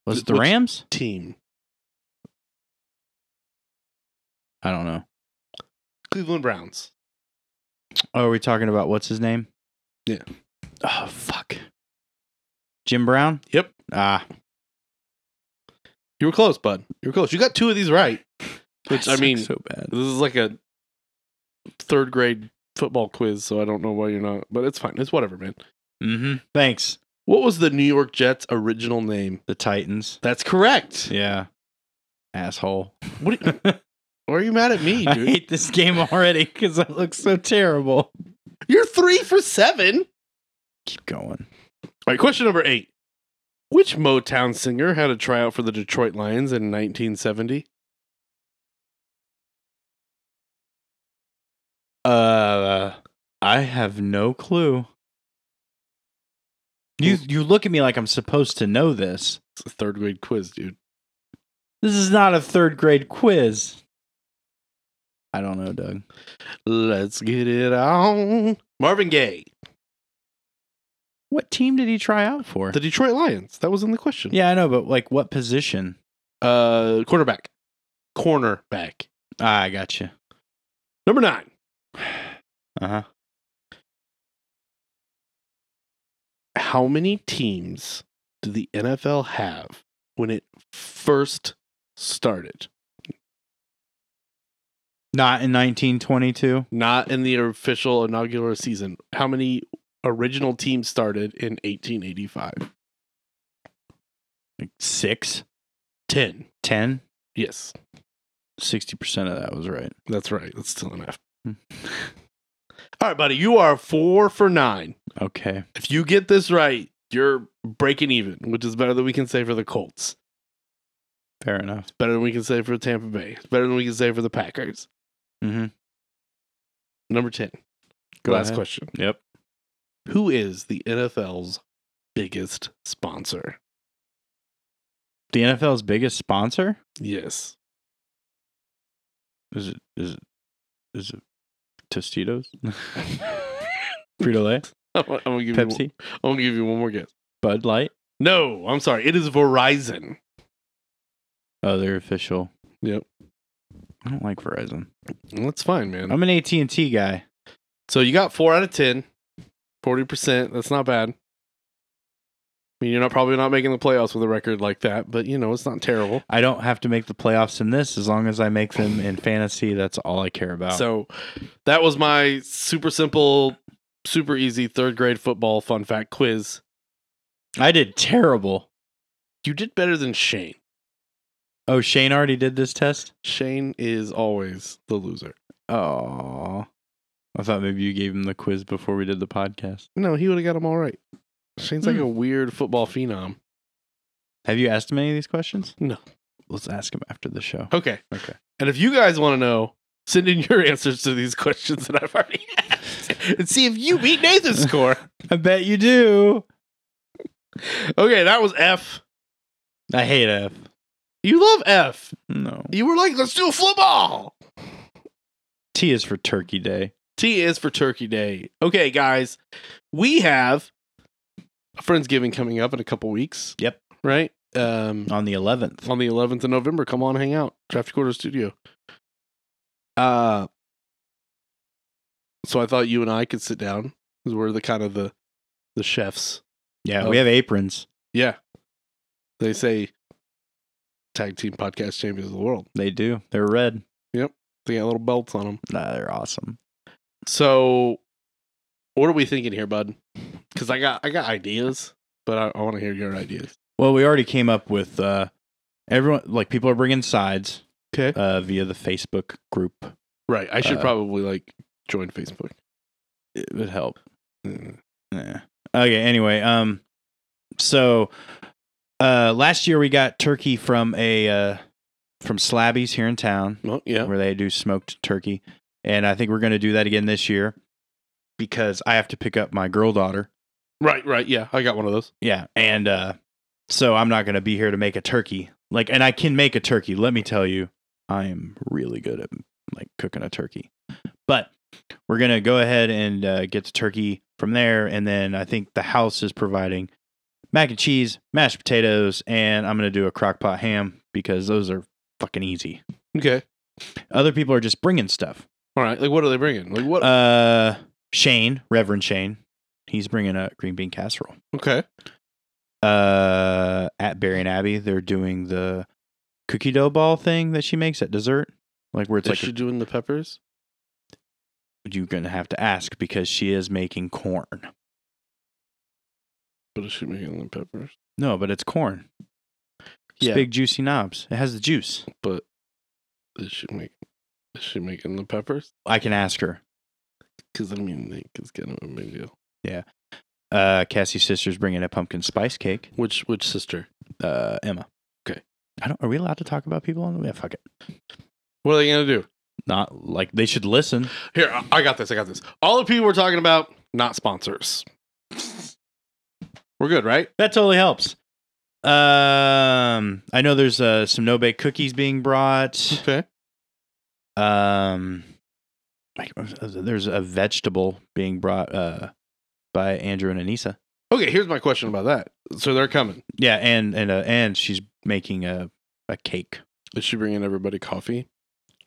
Speaker 1: Was it the
Speaker 2: Which-
Speaker 1: Rams?
Speaker 2: Team.
Speaker 1: I don't know.
Speaker 2: Cleveland Browns.
Speaker 1: Oh, are we talking about what's his name?
Speaker 2: Yeah.
Speaker 1: Oh fuck. Jim Brown.
Speaker 2: Yep.
Speaker 1: Ah,
Speaker 2: You were close, bud. You were close. You got two of these right. Which, I
Speaker 1: suck
Speaker 2: mean,
Speaker 1: so bad.
Speaker 2: This is like a third grade football quiz, so I don't know why you're not, but it's fine. It's whatever, man.
Speaker 1: Mm-hmm. Thanks.
Speaker 2: What was the New York Jets' original name?
Speaker 1: The Titans.
Speaker 2: That's correct.
Speaker 1: Yeah. Asshole.
Speaker 2: What are you, why are you mad at me,
Speaker 1: I
Speaker 2: dude?
Speaker 1: hate this game already because I look so terrible.
Speaker 2: You're three for seven. All
Speaker 1: Keep going.
Speaker 2: right, question number eight. Which Motown singer had a tryout for the Detroit Lions in 1970?
Speaker 1: Uh, I have no clue. You you look at me like I'm supposed to know this.
Speaker 2: It's a third grade quiz, dude.
Speaker 1: This is not a third grade quiz. I don't know, Doug.
Speaker 2: Let's get it on. Marvin Gaye,
Speaker 1: What team did he try out for?
Speaker 2: the Detroit Lions. That was in the question.
Speaker 1: yeah, I know, but like what position?
Speaker 2: Uh, quarterback. Cornerback.
Speaker 1: Ah, I got you.
Speaker 2: Number nine.
Speaker 1: Uh huh.
Speaker 2: how many teams did the NFL have when it first started?
Speaker 1: Not in 1922.
Speaker 2: Not in the official inaugural season. How many original teams started in 1885?
Speaker 1: Like six,
Speaker 2: Ten.
Speaker 1: ten.
Speaker 2: Yes.
Speaker 1: sixty percent of that was right.
Speaker 2: That's right. That's still enough.
Speaker 1: Hmm.
Speaker 2: All right, buddy. You are four for nine.
Speaker 1: Okay.
Speaker 2: If you get this right, you're breaking even, which is better than we can say for the Colts.
Speaker 1: Fair enough.
Speaker 2: Better than we can say for Tampa Bay. It's better than we can say for the Packers.
Speaker 1: Mm-hmm.
Speaker 2: Number 10.
Speaker 1: Go
Speaker 2: last
Speaker 1: ahead.
Speaker 2: question.
Speaker 1: Yep.
Speaker 2: Who is the NFL's biggest sponsor?
Speaker 1: The NFL's biggest sponsor
Speaker 2: Yes.
Speaker 1: is it is it is it Tostitos, Frito Lay,
Speaker 2: I'm, gonna- I'm gonna give You,
Speaker 1: Pepsi,
Speaker 2: I'm gonna give you one more guess.
Speaker 1: Bud Light.
Speaker 2: No, I'm sorry. It is Verizon.
Speaker 1: Oh, they're official.
Speaker 2: Yep.
Speaker 1: I don't like Verizon.
Speaker 2: Well, That's fine, man.
Speaker 1: I'm an AT and T guy.
Speaker 2: So you got four out of 10, 40%. That's not bad. I mean, you're not probably not making the playoffs with a record like that, but you know, it's not terrible.
Speaker 1: I don't have to make the playoffs in this as long as I make them in fantasy. That's all I care about.
Speaker 2: So that was my super simple, super easy third grade football fun fact quiz.
Speaker 1: I did terrible.
Speaker 2: You did better than Shane.
Speaker 1: Oh, Shane already did this test.
Speaker 2: Shane is always the loser.
Speaker 1: Oh, I thought maybe you gave him the quiz before we did the podcast.
Speaker 2: No, he would have got him all right. Shane's like a weird football phenom.
Speaker 1: Have you asked him any of these questions?
Speaker 2: No.
Speaker 1: Let's ask him after the show.
Speaker 2: Okay.
Speaker 1: Okay.
Speaker 2: And if you guys want to know, send in your answers to these questions that I've already asked and see if you beat Nathan's score.
Speaker 1: I bet you do.
Speaker 2: Okay, that was F.
Speaker 1: I hate F.
Speaker 2: You love F.
Speaker 1: No.
Speaker 2: You were like, let's do a football.
Speaker 1: T is for Turkey Day.
Speaker 2: T is for Turkey Day. Okay, guys, we have a Friendsgiving coming up in a couple weeks.
Speaker 1: Yep.
Speaker 2: Right? Um,
Speaker 1: on the 11th.
Speaker 2: on the 11th of November. Come on, hang out. Draft Quarter Studio. Uh, so I thought you and I could sit down because we're the kind of the the chefs.
Speaker 1: Yeah,
Speaker 2: Oh.
Speaker 1: we have aprons.
Speaker 2: Yeah, they say tag team podcast champions of the world.
Speaker 1: They do. They're red.
Speaker 2: They got little belts on them.
Speaker 1: Nah, they're awesome.
Speaker 2: So, what are we thinking here, bud? Because I got I got ideas, but I, I want to hear your ideas.
Speaker 1: Well, we already came up with uh everyone like people are bringing sides
Speaker 2: Okay,
Speaker 1: uh via the Facebook group.
Speaker 2: right. I should
Speaker 1: uh,
Speaker 2: probably like join Facebook.
Speaker 1: It would help. Nah. Okay, anyway, um so uh last year we got turkey from a uh from Slabby's here in town.
Speaker 2: Well, yeah.
Speaker 1: where they do smoked turkey. And I think we're going to do that again this year because I have to pick up my girl daughter.
Speaker 2: Right, right. Yeah, I got one of those.
Speaker 1: Yeah. And uh, so I'm not going to be here to make a turkey. Like, and I can make a turkey. Let me tell you, I am really good at like cooking a turkey. But we're going to go ahead and uh, get the turkey from there. And then I think the house is providing mac and cheese, mashed potatoes, and I'm going to do a crock pot ham because those are fucking easy.
Speaker 2: Okay.
Speaker 1: Other people are just bringing stuff.
Speaker 2: All right. Like, what are they bringing? Like, what?
Speaker 1: Uh, Shane, Reverend Shane, he's bringing a green bean casserole.
Speaker 2: okay.
Speaker 1: Uh, at Barry and Abbey, they're doing the cookie dough ball thing that she makes at dessert, like where it's
Speaker 2: Is
Speaker 1: like
Speaker 2: she doing the peppers?
Speaker 1: you're gonna have to ask because she is making corn.
Speaker 2: But is she making the peppers?
Speaker 1: No, but it's corn. It's
Speaker 2: Yeah.
Speaker 1: big juicy knobs. It has the juice.
Speaker 2: But is she making? Is she making the peppers?
Speaker 1: I can ask her.
Speaker 2: Because I mean, like, it's kind of a big deal.
Speaker 1: Uh, Cassie's sister's bringing a pumpkin spice cake.
Speaker 2: Which which sister?
Speaker 1: Uh, Emma.
Speaker 2: Okay.
Speaker 1: I don't. Are we allowed to talk about people on the? Yeah, fuck it.
Speaker 2: What are they gonna do?
Speaker 1: Not like they should listen.
Speaker 2: Here, I- I got this. I got this. All the people we're talking about, not sponsors. We're good, right?
Speaker 1: That totally helps. Um, I know there's uh, some no bake cookies being brought.
Speaker 2: Okay.
Speaker 1: Um, like, there's a vegetable being brought uh, by Andrew and Anissa.
Speaker 2: Okay. Here's my question about that. So they're coming.
Speaker 1: Yeah, and and uh, and she's making a a cake.
Speaker 2: Is she bringing everybody coffee?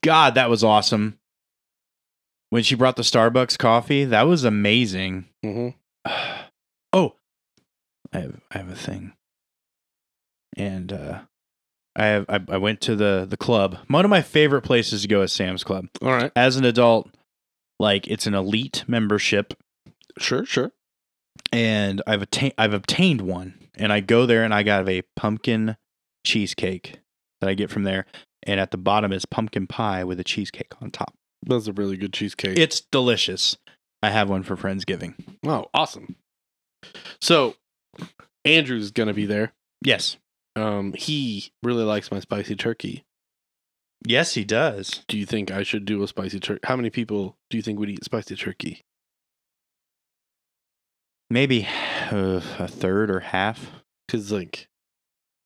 Speaker 1: God, that was awesome. When she brought the Starbucks coffee, that was amazing.
Speaker 2: Mm-hmm.
Speaker 1: oh, I have I have a thing, and uh, I have I, I went to the the club. One of my favorite places to go is Sam's Club.
Speaker 2: All right.
Speaker 1: As an adult, like it's an elite membership,
Speaker 2: Sure. Sure.
Speaker 1: and I've attained I've obtained one, and I go there and I got a pumpkin cheesecake. that I get from there. And at the bottom is pumpkin pie with a cheesecake on top.
Speaker 2: That's a really good cheesecake.
Speaker 1: It's delicious. I have one for Friendsgiving.
Speaker 2: oh, awesome. So Andrew's gonna be there.
Speaker 1: Yes.
Speaker 2: Um, he really likes my spicy turkey.
Speaker 1: Yes, he does.
Speaker 2: Do you think I should do a spicy turkey? How many people do you think would eat spicy turkey?
Speaker 1: Maybe uh, a third or half.
Speaker 2: Because like,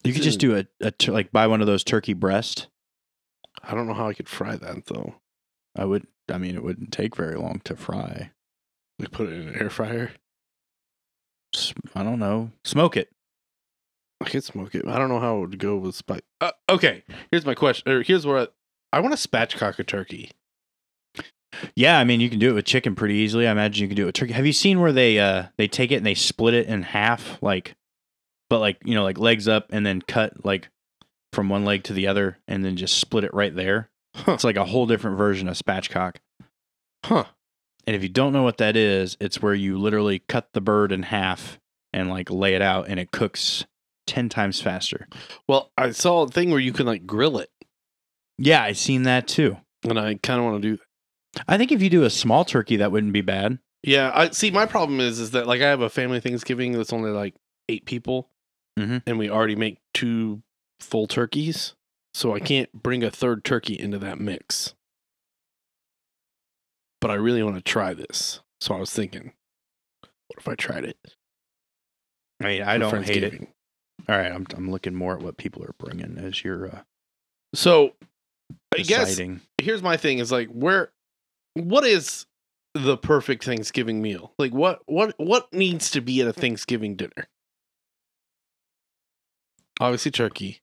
Speaker 1: You
Speaker 2: it's
Speaker 1: could just
Speaker 2: in-
Speaker 1: do a, a tur- like buy one of those turkey breast.
Speaker 2: I don't know how I could fry that though.
Speaker 1: I would. I mean, it wouldn't take very long to fry.
Speaker 2: Like, put it in an air fryer.
Speaker 1: S- I don't know. Smoke it.
Speaker 2: I could smoke it. I don't know how it would go with spice. Uh, okay, here's my question. Or here's where I, I want to spatchcock a turkey.
Speaker 1: Yeah, I mean, you can do it with chicken pretty easily. I imagine you can do it with turkey. Have you seen where they uh they take it and they split it in half, like, but like you know, like legs up and then cut like from one leg to the other and then just split it right there.
Speaker 2: Huh.
Speaker 1: It's like a whole different version of spatchcock.
Speaker 2: Huh.
Speaker 1: And if you don't know what that is, it's where you literally cut the bird in half and like lay it out and it cooks 10 times faster.
Speaker 2: Well, I saw a thing where you can like grill it,
Speaker 1: Yeah, I've seen that too.
Speaker 2: and I kind of want to do.
Speaker 1: I think if you do a small turkey, that wouldn't be bad.
Speaker 2: Yeah, I see. My problem is, is that like I have a family Thanksgiving that's only like eight people,
Speaker 1: Mhm.
Speaker 2: and we already make two full turkeys, so I can't bring a third turkey into that mix. But I really want to try this, so I was thinking, what if I tried it?
Speaker 1: I mean, I
Speaker 2: for
Speaker 1: don't hate it.
Speaker 2: Friendsgiving?
Speaker 1: All right, I'm, I'm looking more at what people are bringing as you're uh,
Speaker 2: So, I guess
Speaker 1: deciding.
Speaker 2: here's my thing: is like where, what is the perfect Thanksgiving meal? Like what what what needs to be at a Thanksgiving dinner? Obviously, turkey.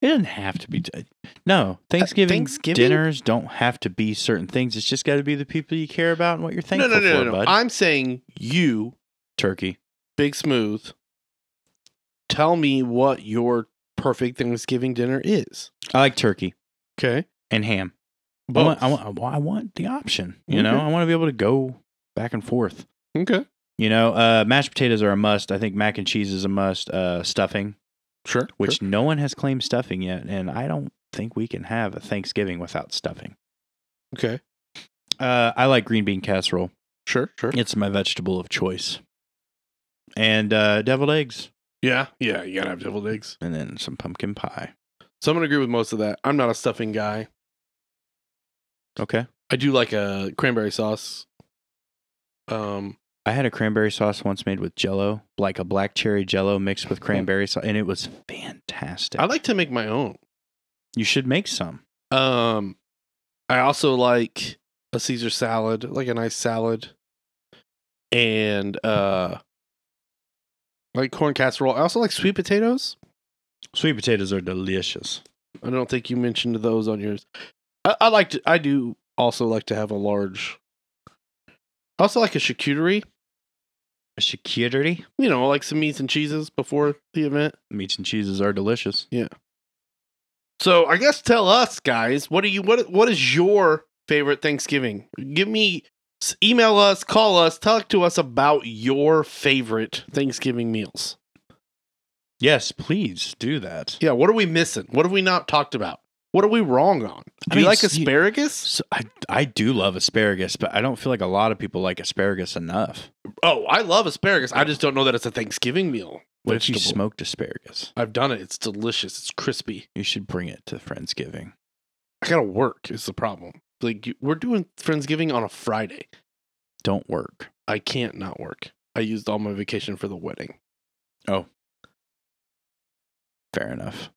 Speaker 1: It doesn't have to be. T- no, Thanksgiving,
Speaker 2: Uh, Thanksgiving?
Speaker 1: dinners don't have to be certain things. It's just got to be the people you care about and what you're
Speaker 2: No,
Speaker 1: thankful
Speaker 2: no, no,
Speaker 1: for,
Speaker 2: no, no.
Speaker 1: bud.
Speaker 2: I'm saying you,
Speaker 1: Turkey.
Speaker 2: Big Smooth, tell me what your perfect Thanksgiving dinner is.
Speaker 1: I like turkey
Speaker 2: Okay,
Speaker 1: and ham. I
Speaker 2: but
Speaker 1: want, I, want, I want- I want the option. You know,
Speaker 2: Okay.
Speaker 1: I want to be able to go back and forth.
Speaker 2: okay,
Speaker 1: You know, uh, mashed potatoes are a must. I think mac and cheese is a must. Uh, stuffing,
Speaker 2: sure.
Speaker 1: which
Speaker 2: sure.
Speaker 1: no one has claimed stuffing yet, and I don't think we can have a Thanksgiving without stuffing.
Speaker 2: okay,
Speaker 1: Uh, I like green bean casserole.
Speaker 2: sure, sure.
Speaker 1: It's my vegetable of choice. And uh, deviled eggs,
Speaker 2: Yeah, yeah. You gotta have deviled eggs.
Speaker 1: and then some pumpkin pie.
Speaker 2: So I'm gonna agree with most of that. I'm not a stuffing guy.
Speaker 1: Okay.
Speaker 2: I do like a cranberry sauce. Um,
Speaker 1: I had a cranberry sauce once made with Jello, like a black cherry Jello mixed with cranberry sauce, and it was fantastic.
Speaker 2: I like to make my own.
Speaker 1: You should make some.
Speaker 2: Um, I also like a Caesar salad, like a nice salad, and uh, I like corn casserole. I also like sweet potatoes.
Speaker 1: Sweet potatoes are delicious.
Speaker 2: I don't think you mentioned those on yours. I, I like to. I do also like to have a large. I also like a charcuterie.
Speaker 1: A charcuterie.
Speaker 2: You know, like some meats and cheeses before the event.
Speaker 1: Meats and cheeses are delicious.
Speaker 2: So I guess tell us guys, what do you what what is your favorite Thanksgiving? Give me s- email us, call us, talk to us about your favorite Thanksgiving meals.
Speaker 1: Yes, please do that.
Speaker 2: Yeah, what are we missing? What have we not talked about? What are we wrong on? Do
Speaker 1: I
Speaker 2: you
Speaker 1: mean,
Speaker 2: like
Speaker 1: s- you-
Speaker 2: asparagus?
Speaker 1: So I I do love asparagus, but I don't feel like a lot of people like asparagus enough.
Speaker 2: Oh, I love asparagus. I just don't know that it's a Thanksgiving meal.
Speaker 1: What if you
Speaker 2: vegetable.
Speaker 1: smoked asparagus?
Speaker 2: I've done it. It's delicious. It's crispy.
Speaker 1: You should bring it to Friendsgiving.
Speaker 2: I gotta work. Is the problem? Like you- we're doing Friendsgiving on a Friday.
Speaker 1: Don't work.
Speaker 2: I can't not work. I used all my vacation for the wedding.
Speaker 1: Fair enough.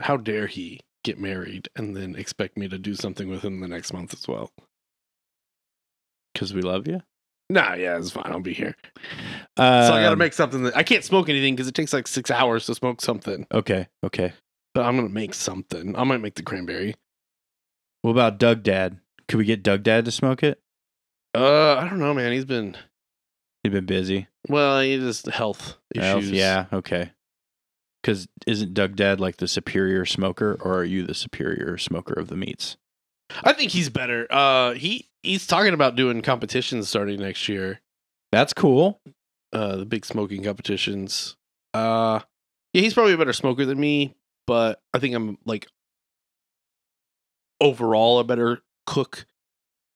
Speaker 2: how dare he get married and then expect me to do something with him the next month as well?
Speaker 1: Because we love you.
Speaker 2: Nah, yeah, it's fine. I'll be here.
Speaker 1: Uh
Speaker 2: so I got to make something that I can't smoke anything because it takes like six hours to smoke something.
Speaker 1: Okay, okay.
Speaker 2: But I'm gonna make something. I might make the cranberry.
Speaker 1: What about Doug Dad? Could we get Doug Dad to smoke it?
Speaker 2: Uh, I don't know, man. He's been
Speaker 1: He's been busy.
Speaker 2: well. He just health issues.
Speaker 1: Well, yeah, okay. Because isn't Doug Dad like the superior smoker, or are you the superior smoker of the meats?
Speaker 2: I think he's better. Uh, he he's talking about doing competitions starting next year.
Speaker 1: That's cool.
Speaker 2: Uh, the big smoking competitions. Uh, yeah, he's probably a better smoker than me, but I think I'm like overall a better cook.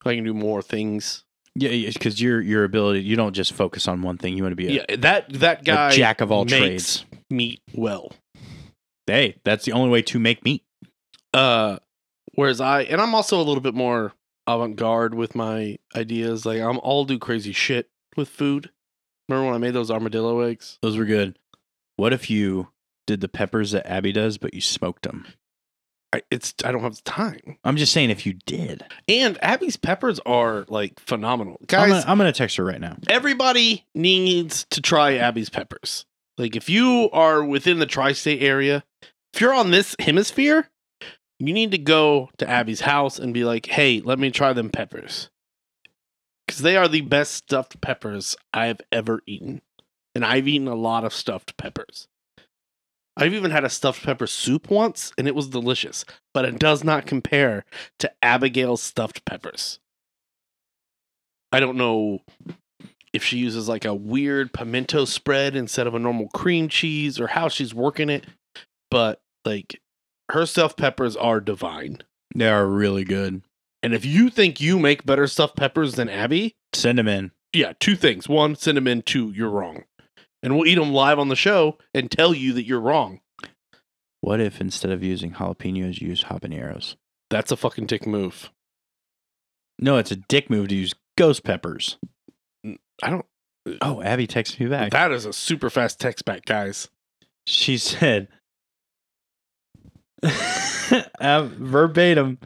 Speaker 2: I can do more things.
Speaker 1: Yeah, because your your ability, you don't just focus on one thing. You want to be a,
Speaker 2: Yeah, that that
Speaker 1: a
Speaker 2: guy
Speaker 1: jack of all
Speaker 2: makes-
Speaker 1: trades.
Speaker 2: meat well.
Speaker 1: Hey, that's the only way to make meat.
Speaker 2: Uh whereas I and I'm also a little bit more avant-garde with my ideas. Like I'm I'll do crazy shit with food. Remember when I made those armadillo eggs?
Speaker 1: Those were good. What if you did the peppers that Abby does, but you smoked them?
Speaker 2: I, it's I don't have the time.
Speaker 1: I'm just saying, if you did,
Speaker 2: And Abby's peppers are like phenomenal.
Speaker 1: I'm
Speaker 2: Guys,
Speaker 1: gonna, I'm gonna text her right now.
Speaker 2: everybody needs to try Abby's peppers. Like if you are within the tri-state area, if you're on this hemisphere, you need to go to Abby's house and be like, "Hey, let me try them peppers." Cuz they are the best stuffed peppers I've ever eaten. And I've eaten a lot of stuffed peppers. I've even had a stuffed pepper soup once and it was delicious, but it does not compare to Abigail's stuffed peppers. I don't know if she uses like a weird pimento spread instead of a normal cream cheese or how she's working it. But like her stuffed peppers are divine.
Speaker 1: They are really good.
Speaker 2: And if you think you make better stuffed peppers than Abby,
Speaker 1: Send them in.
Speaker 2: yeah, two things. One, send them in. Two, you're wrong. And we'll eat them live on the show and tell you that you're wrong.
Speaker 1: What if instead of using jalapenos, you used habaneros?
Speaker 2: That's a fucking dick move.
Speaker 1: No, it's a dick move to use ghost peppers.
Speaker 2: I don't. uh,
Speaker 1: Oh, Abby texted me back.
Speaker 2: That is a super fast text back, guys.
Speaker 1: she said um, verbatim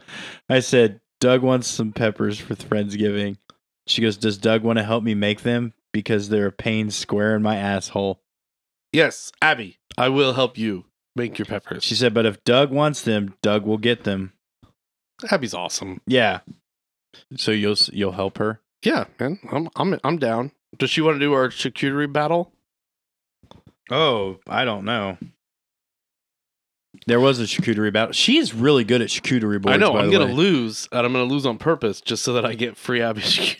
Speaker 1: i said doug wants some peppers for friendsgiving she goes does doug want to help me make them because they're a pain square in my asshole
Speaker 2: Yes, Abby, I will help you make your peppers.
Speaker 1: she said but if doug wants them doug will get them
Speaker 2: Abby's awesome.
Speaker 1: yeah so you'll s- you'll help her
Speaker 2: Yeah, man, I'm I'm I'm down. Does she want to do our charcuterie battle?
Speaker 1: oh i don't know there was a charcuterie battle. She is really good at charcuterie boards.
Speaker 2: I know
Speaker 1: by
Speaker 2: I'm
Speaker 1: the
Speaker 2: gonna
Speaker 1: way.
Speaker 2: lose, and I'm gonna lose on purpose just so that I get free Abby charcuterie.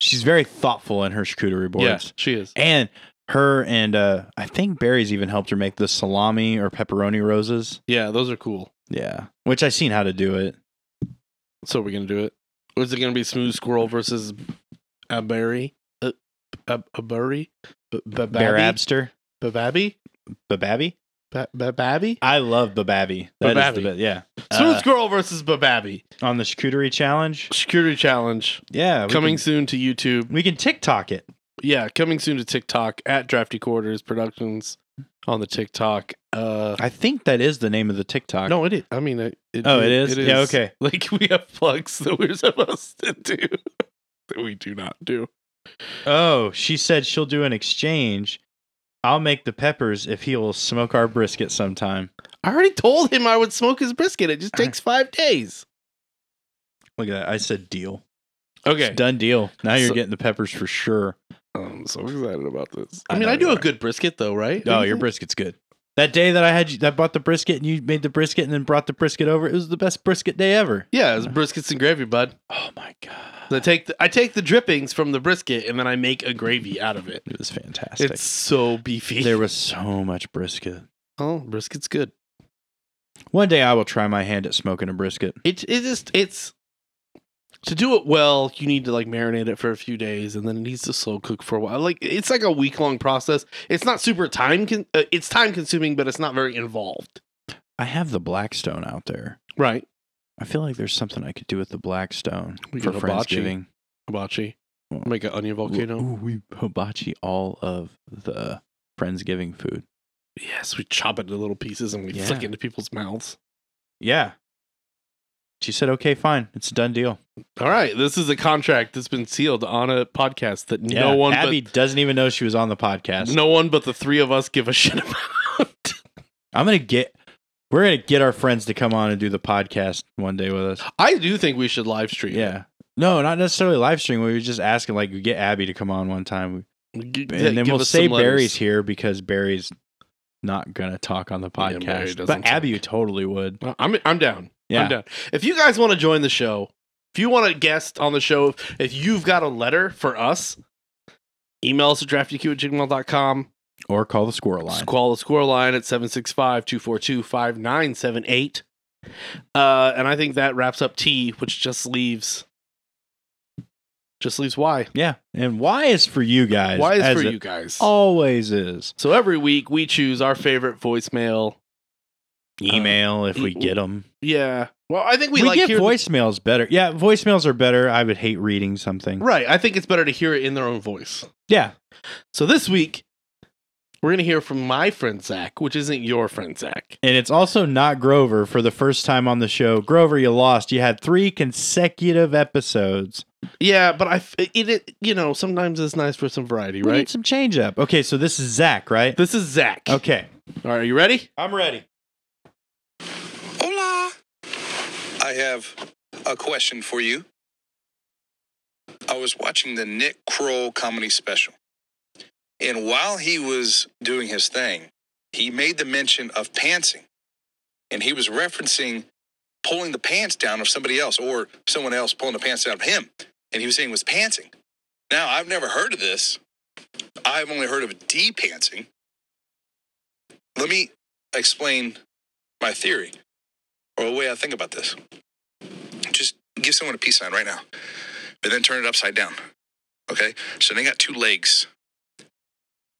Speaker 1: She's very thoughtful in her charcuterie boards.
Speaker 2: Yeah, she is.
Speaker 1: and her and uh I think Barry's even helped her make the salami or pepperoni roses.
Speaker 2: Yeah, those are cool.
Speaker 1: Yeah, which I seen how to do it.
Speaker 2: So we're gonna do it. Or Is it gonna be smooth squirrel versus a berry? A a a berry? B-
Speaker 1: Bear
Speaker 2: b- Babby?
Speaker 1: abster,
Speaker 2: Bababby?
Speaker 1: bababi.
Speaker 2: Ba- Bababby?
Speaker 1: I love bababi. That is
Speaker 2: Bababi.
Speaker 1: the best. Yeah,
Speaker 2: Smooth
Speaker 1: Uh,
Speaker 2: squirrel versus Bababby.
Speaker 1: on the charcuterie challenge.
Speaker 2: Charcuterie challenge
Speaker 1: Yeah, we
Speaker 2: coming
Speaker 1: Can,
Speaker 2: soon to YouTube.
Speaker 1: we can TikTok it.
Speaker 2: yeah, coming soon to TikTok at Drafty Quarters Productions on the TikTok. Uh,
Speaker 1: I think that is the name of the TikTok.
Speaker 2: no, it is. I mean, it, it,
Speaker 1: oh, it is. Yeah, okay.
Speaker 2: Like we have plugs that we're supposed to do that we do not do.
Speaker 1: Oh, she said she'll do an exchange. I'll make the peppers if he will smoke our brisket sometime.
Speaker 2: I already told him I would smoke his brisket. It just takes five days.
Speaker 1: Look at that. I said deal.
Speaker 2: Okay,
Speaker 1: Done deal. Now you're
Speaker 2: So-
Speaker 1: getting the peppers for sure.
Speaker 2: I'm so excited about this.
Speaker 1: I
Speaker 2: I mean,
Speaker 1: know
Speaker 2: I do
Speaker 1: you
Speaker 2: a
Speaker 1: are.
Speaker 2: good brisket though, right?
Speaker 1: Oh, your brisket's good. That day that I had you, that bought the brisket and you made the brisket and then brought the brisket over, it was the best brisket day ever.
Speaker 2: yeah, it's briskets and gravy, bud.
Speaker 1: Oh my god,
Speaker 2: I take the, I take the drippings from the brisket and then I make a gravy out of it.
Speaker 1: it was fantastic.
Speaker 2: It's so beefy.
Speaker 1: there was so much brisket.
Speaker 2: oh, brisket's good.
Speaker 1: One day I will try my hand at smoking a brisket.
Speaker 2: It it just it's to do it well, you need to like marinate it for a few days, and then it needs to slow cook for a while. Like it's like a week long process. It's not super time. Con- uh, it's time consuming, but it's not very involved.
Speaker 1: I have the blackstone out there.
Speaker 2: Right,
Speaker 1: I feel like there's something I could do with the blackstone
Speaker 2: We
Speaker 1: for
Speaker 2: could hibachi
Speaker 1: friendsgiving.
Speaker 2: hibachi. Make an onion volcano.
Speaker 1: Ooh, we hibachi all of the friendsgiving food.
Speaker 2: Yes, we chop it into little pieces and we
Speaker 1: Yeah.
Speaker 2: flick it into people's mouths.
Speaker 1: Yeah. She said, "Okay, fine. It's a done deal."
Speaker 2: All right, this is a contract that's been sealed on a podcast that
Speaker 1: Yeah.
Speaker 2: no one
Speaker 1: Abby doesn't even know she was on the
Speaker 2: but
Speaker 1: podcast.
Speaker 2: no one but the three of us give a shit about.
Speaker 1: I'm gonna get. We're gonna get our friends to come on and do the podcast one day with us.
Speaker 2: I do think we should live stream. it.
Speaker 1: Yeah. No, not necessarily live stream. We were just asking, like, we get Abby to come on one time,
Speaker 2: G-
Speaker 1: and
Speaker 2: yeah,
Speaker 1: then
Speaker 2: give
Speaker 1: we'll
Speaker 2: us
Speaker 1: say
Speaker 2: some letters.
Speaker 1: Barry's here because Barry's not gonna talk on the
Speaker 2: Yeah, Barry
Speaker 1: podcast.
Speaker 2: doesn't
Speaker 1: but Abby
Speaker 2: talk.
Speaker 1: totally would.
Speaker 2: Well, Uh, I'm I'm down.
Speaker 1: Yeah.
Speaker 2: I'm down. If you guys want to join the show, if you want to guest on the show, if you've got a letter for us, email us at draftyq at gmail.com.
Speaker 1: Or call the squirrel line.
Speaker 2: Call the score line at 765 242 5978. Uh, And I think that wraps up T, which just leaves. Just leaves Y.
Speaker 1: yeah. And why is for you guys.
Speaker 2: Y is
Speaker 1: as
Speaker 2: for
Speaker 1: it
Speaker 2: you guys.
Speaker 1: Always is.
Speaker 2: So every week we choose our favorite voicemail.
Speaker 1: Email if we
Speaker 2: e-
Speaker 1: get them.
Speaker 2: Yeah. Well, I think we,
Speaker 1: We,
Speaker 2: like
Speaker 1: get
Speaker 2: hear-
Speaker 1: voicemails better. Yeah, voicemails are better. I would hate reading something.
Speaker 2: Right. I think it's better to hear it in their own voice.
Speaker 1: Yeah.
Speaker 2: So this week we're gonna hear from my friend Zach, which isn't your friend Zach.
Speaker 1: And it's also not Grover for the first time on the show. Grover, you lost. You had three consecutive episodes.
Speaker 2: Yeah, but I f- it, it you know sometimes it's nice for some variety,
Speaker 1: We
Speaker 2: right?
Speaker 1: need some change up. Okay, so this is Zach, right?
Speaker 2: This is Zach.
Speaker 1: Okay.
Speaker 2: All right, are you ready?
Speaker 1: I'm ready.
Speaker 3: Hola. I have a question for you. I was watching the Nick Kroll comedy special. And while he was doing his thing, he made the mention of pantsing. And he was referencing pulling the pants down of somebody else or someone else pulling the pants down of him. And he was saying it was pantsing. Now, I've never heard of this. I've only heard of de-pantsing. Let me explain my theory or the way I think about this. Just give someone a peace sign right now, but then turn it upside down. Okay? So they got two legs.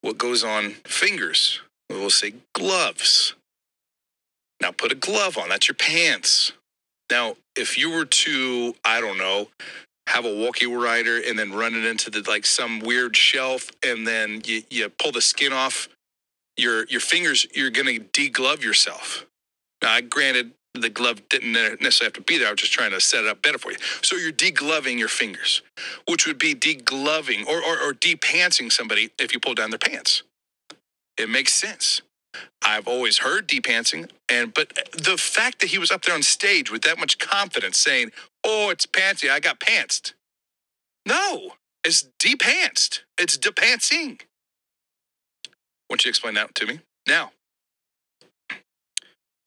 Speaker 3: What goes on fingers? We'll say gloves. Now put a glove on. That's your pants. Now, if you were to, I don't know, have a walkie rider and then run it into the like some weird shelf and then you, you pull the skin off your your fingers, you're gonna deglove yourself. Now, I Uh, granted the glove didn't ne- necessarily have to be there. I was just trying to set it up better for you. So you're degloving your fingers, which would be degloving or, or, or depantsing somebody if you pull down their pants. It makes sense. I've always heard depantsing, and but the fact that he was up there on stage with that much confidence saying, "Oh, it's pantsy. I got pantsed." No, it's depantsed. It's depantsing. Won't you explain that to me now?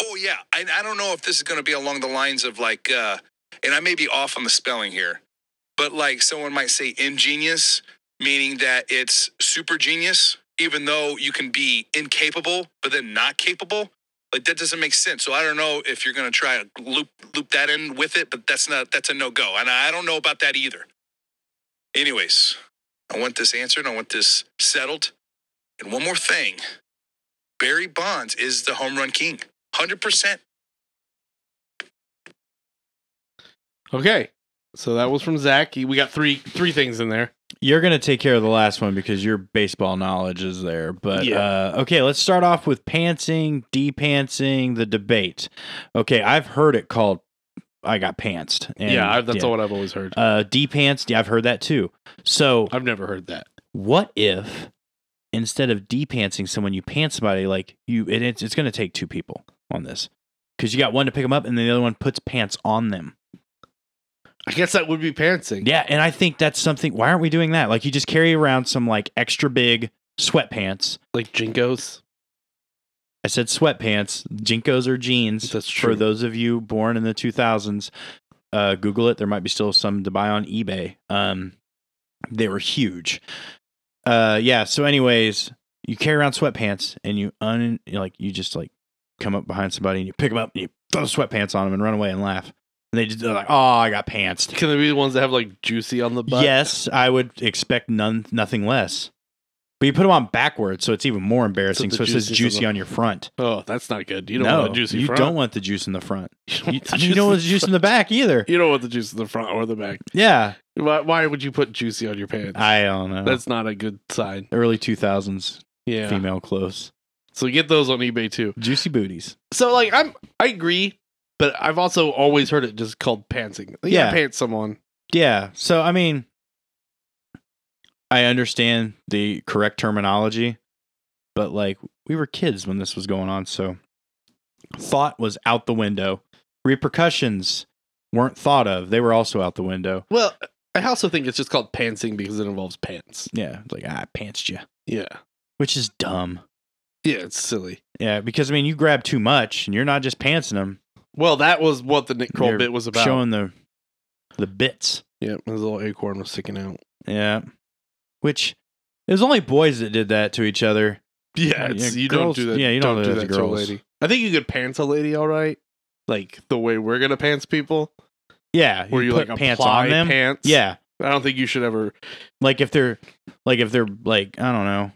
Speaker 3: Oh yeah, I, I don't know if this is going to be along the lines of like, uh, and I may be off on the spelling here, but like someone might say ingenious, meaning that it's super genius, even though you can be incapable but then not capable. Like that doesn't make sense. So I don't know if you're going to try to loop loop that in with it, but that's not that's a no go, and I don't know about that either. Anyways, I want this answered. I want this settled. And one more thing, Barry Bonds is the home run king. Hundred percent.
Speaker 2: Okay. So that was from Zach. He- We got three three things in there.
Speaker 1: You're going to take care of the last one because your baseball knowledge is there. But
Speaker 2: Yeah.
Speaker 1: uh, okay, let's start off with pantsing, depantsing, the debate. Okay, I've heard it called I got pantsed. and-
Speaker 2: yeah, I, that's all what I've always heard.
Speaker 1: Uh, depantsed, yeah, I've heard that too. So
Speaker 2: I've never heard that.
Speaker 1: what if instead of depantsing someone, you pants somebody like you? It, it's it's going to take two people on this because you got one to pick them up and then the other one puts pants on them.
Speaker 2: I guess that would be pantsing.
Speaker 1: Yeah, and I think that's something. Why aren't we doing that? Like you just carry around some like extra big sweatpants.
Speaker 2: Like Jinkos.
Speaker 1: I said sweatpants, jinkos or jeans.
Speaker 2: That's
Speaker 1: For those of you born in the 2000s, uh, Google it. There might be still some to buy on eBay. Um, they were huge. Uh, yeah. So, anyways, you carry around sweatpants and you un you like you just like come up behind somebody and you pick them up and you throw sweatpants on them and run away and laugh. And they just they're like, oh, I got pantsed.
Speaker 2: Can they be the ones that have like juicy on the butt?
Speaker 1: yes, I would expect none nothing less. But you put them on backwards, so it's even more embarrassing.
Speaker 2: the
Speaker 1: So, it says
Speaker 2: juices of
Speaker 1: juicy
Speaker 2: the-
Speaker 1: on your front.
Speaker 2: Oh, that's not good. You don't
Speaker 1: no,
Speaker 2: want the juicy
Speaker 1: you
Speaker 2: front.
Speaker 1: don't want the juice in the front.
Speaker 2: you don't
Speaker 1: You,
Speaker 2: want the
Speaker 1: you don't want the juice in the back either.
Speaker 2: You don't want the juice in the front or the back.
Speaker 1: Yeah,
Speaker 2: Why, why would you put juicy on your pants?
Speaker 1: I don't know.
Speaker 2: That's not a good sign.
Speaker 1: early two thousands
Speaker 2: Yeah.
Speaker 1: female clothes,
Speaker 2: So get those on eBay too.
Speaker 1: juicy booties.
Speaker 2: So like I'm I agree, but I've also always heard it just called pantsing. You
Speaker 1: Yeah.
Speaker 2: yeah, pants someone.
Speaker 1: Yeah, so I mean, I understand the correct terminology, but like we were kids when this was going on, so thought was out the window. Repercussions weren't thought of; they were also out the window.
Speaker 2: Well, I also think it's just called pantsing because it involves pants.
Speaker 1: Yeah, like ah, I pantsed you,
Speaker 2: Yeah.
Speaker 1: which is dumb.
Speaker 2: Yeah, it's silly.
Speaker 1: Yeah, because I mean, you grab too much, and you're not just pantsing them.
Speaker 2: Well, that was what the Nick Kroll
Speaker 1: You're
Speaker 2: bit was about.
Speaker 1: showing the the bits.
Speaker 2: yeah, his little acorn was sticking out.
Speaker 1: Yeah, which it was only boys that did that to each other.
Speaker 2: Yeah,
Speaker 1: Yeah,
Speaker 2: it's, you
Speaker 1: girls-
Speaker 2: don't do that.
Speaker 1: yeah, you don't do that to
Speaker 2: a
Speaker 1: girls.
Speaker 2: lady. I think you could pants a lady all right, like the way we're gonna pants people,
Speaker 1: Yeah,
Speaker 2: where you,
Speaker 1: put
Speaker 2: like
Speaker 1: pants
Speaker 2: apply
Speaker 1: on them.
Speaker 2: Pants.
Speaker 1: Yeah,
Speaker 2: I don't think you should ever.
Speaker 1: like if they're like if they're like I don't know,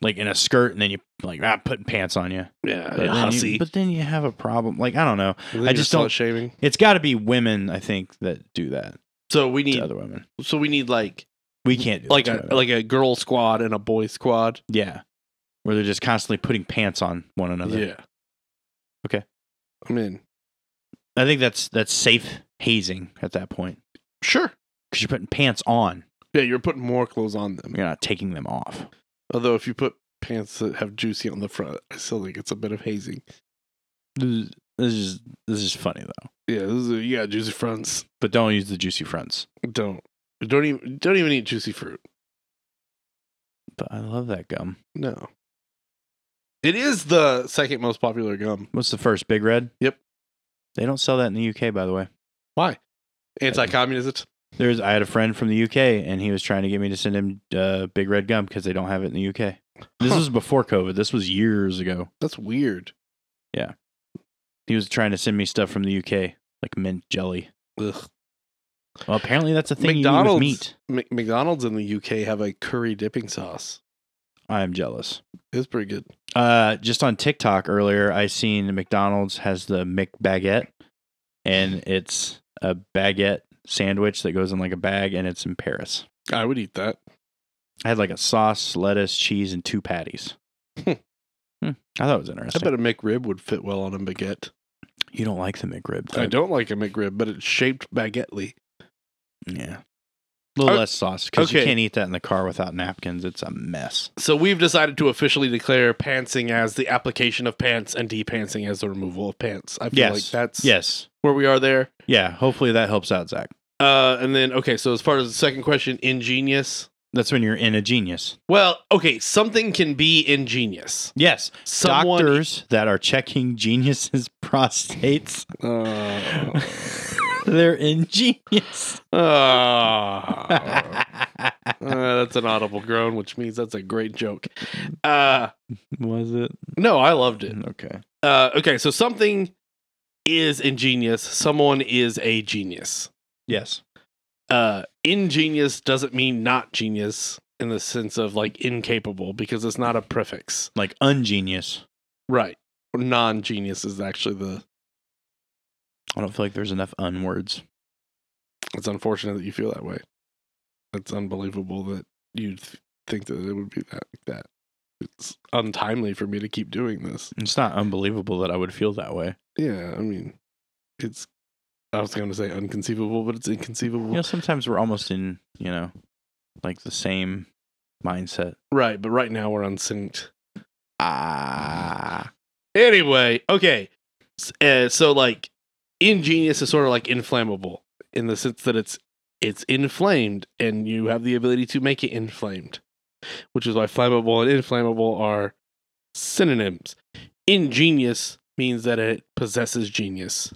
Speaker 1: like in a skirt, and then you like ah, putting pants on you.
Speaker 2: Yeah,
Speaker 1: then you-
Speaker 2: hussy.
Speaker 1: but then you have a problem. Like I don't know.
Speaker 2: think
Speaker 1: I
Speaker 2: it's
Speaker 1: just don't-
Speaker 2: slut shaving.
Speaker 1: It's got to be women, I think, that do that
Speaker 2: So we
Speaker 1: to
Speaker 2: need.
Speaker 1: other women.
Speaker 2: So we need like
Speaker 1: We can't do that
Speaker 2: like
Speaker 1: to
Speaker 2: a
Speaker 1: women.
Speaker 2: like a girl squad and a boy squad.
Speaker 1: yeah, where they're just constantly putting pants on one another.
Speaker 2: Yeah.
Speaker 1: Okay.
Speaker 2: I'm in.
Speaker 1: I think that's that's safe hazing at that point
Speaker 2: Sure.
Speaker 1: because you're putting pants on.
Speaker 2: Yeah, you're putting more clothes on them.
Speaker 1: You're not taking them off.
Speaker 2: Although if you put pants that have juicy on the front, I still think it's a bit of hazing.
Speaker 1: This is this is, this is funny though.
Speaker 2: Yeah, this is a, you got juicy fronts.
Speaker 1: But don't use the juicy fronts.
Speaker 2: Don't don't even don't even eat juicy fruit.
Speaker 1: But I love that gum.
Speaker 2: No. It is the second most popular gum.
Speaker 1: What's the first? Big Red.
Speaker 2: Yep.
Speaker 1: They don't sell that in the UK, by the way.
Speaker 2: Why? Anti-communism.
Speaker 1: There's I had a friend from the UK and he was trying to get me to send him uh, Big Red gum because they don't have it in the UK. This
Speaker 2: Huh.
Speaker 1: was before COVID. This was years ago.
Speaker 2: That's weird.
Speaker 1: He was trying to send me stuff from the UK, like mint jelly.
Speaker 2: Ugh.
Speaker 1: Well, apparently that's a thing
Speaker 2: McDonald's-
Speaker 1: you eat with meat.
Speaker 2: Mc- McDonald's in the UK have a curry dipping sauce.
Speaker 1: I'm jealous.
Speaker 2: It's pretty good.
Speaker 1: Uh, just on TikTok earlier, I seen McDonald's has the McBaguette, and it's a baguette sandwich that goes in like a bag, and it's in Paris.
Speaker 2: I would eat that.
Speaker 1: I had like a sauce, lettuce, cheese, and two patties.
Speaker 2: Hmm.
Speaker 1: Hmm. I thought it was
Speaker 2: I
Speaker 1: interesting.
Speaker 2: bet a McRib would fit well on a baguette.
Speaker 1: you don't like the McRib.
Speaker 2: I
Speaker 1: type.
Speaker 2: don't like a McRib, but it's shaped baguettely.
Speaker 1: Yeah. A little
Speaker 2: Oh,
Speaker 1: less sauce because you
Speaker 2: okay.
Speaker 1: can't eat that in the car without napkins. It's a mess.
Speaker 2: So we've decided to officially declare pantsing as the application of pants and depantsing as the removal of pants. I feel
Speaker 1: Yes.
Speaker 2: like that's
Speaker 1: Yes.
Speaker 2: where we are there.
Speaker 1: Yeah. Hopefully that helps out, Zach.
Speaker 2: Uh, and then okay, so as far as the second question, ingenious.
Speaker 1: That's when you're in a genius.
Speaker 2: Well, okay, something can be ingenious.
Speaker 1: Yes.
Speaker 2: Someone,
Speaker 1: Doctors that are checking geniuses' prostates,
Speaker 2: Uh,
Speaker 1: they're ingenious.
Speaker 2: Ah. uh, Uh, that's an audible groan, which means that's a great joke. Uh,
Speaker 1: Was it?
Speaker 2: no, I loved it.
Speaker 1: Okay.
Speaker 2: Uh, okay, so something is ingenious. Someone is a genius.
Speaker 1: Yes.
Speaker 2: Uh, ingenious doesn't mean not genius in the sense of like incapable because it's not a prefix.
Speaker 1: Like ungenius.
Speaker 2: Right. Non genius is actually the.
Speaker 1: I don't feel like there's enough unwords.
Speaker 2: It's unfortunate that you feel that way. It's unbelievable that you th- think that it would be that that. It's untimely for me to keep doing this.
Speaker 1: It's not unbelievable that I would feel that way.
Speaker 2: Yeah, I mean, it's. I was going to say unconceivable, but it's inconceivable.
Speaker 1: You know, sometimes we're almost in, you know, like the same mindset.
Speaker 2: Right, but right now we're unsynced.
Speaker 1: Ah.
Speaker 2: Anyway, okay. S- uh, so like, ingenious is sort of like inflammable in the sense that it's it's inflamed, and you have the ability to make it inflamed, which is why flammable and inflammable are synonyms. Ingenious means that it possesses genius.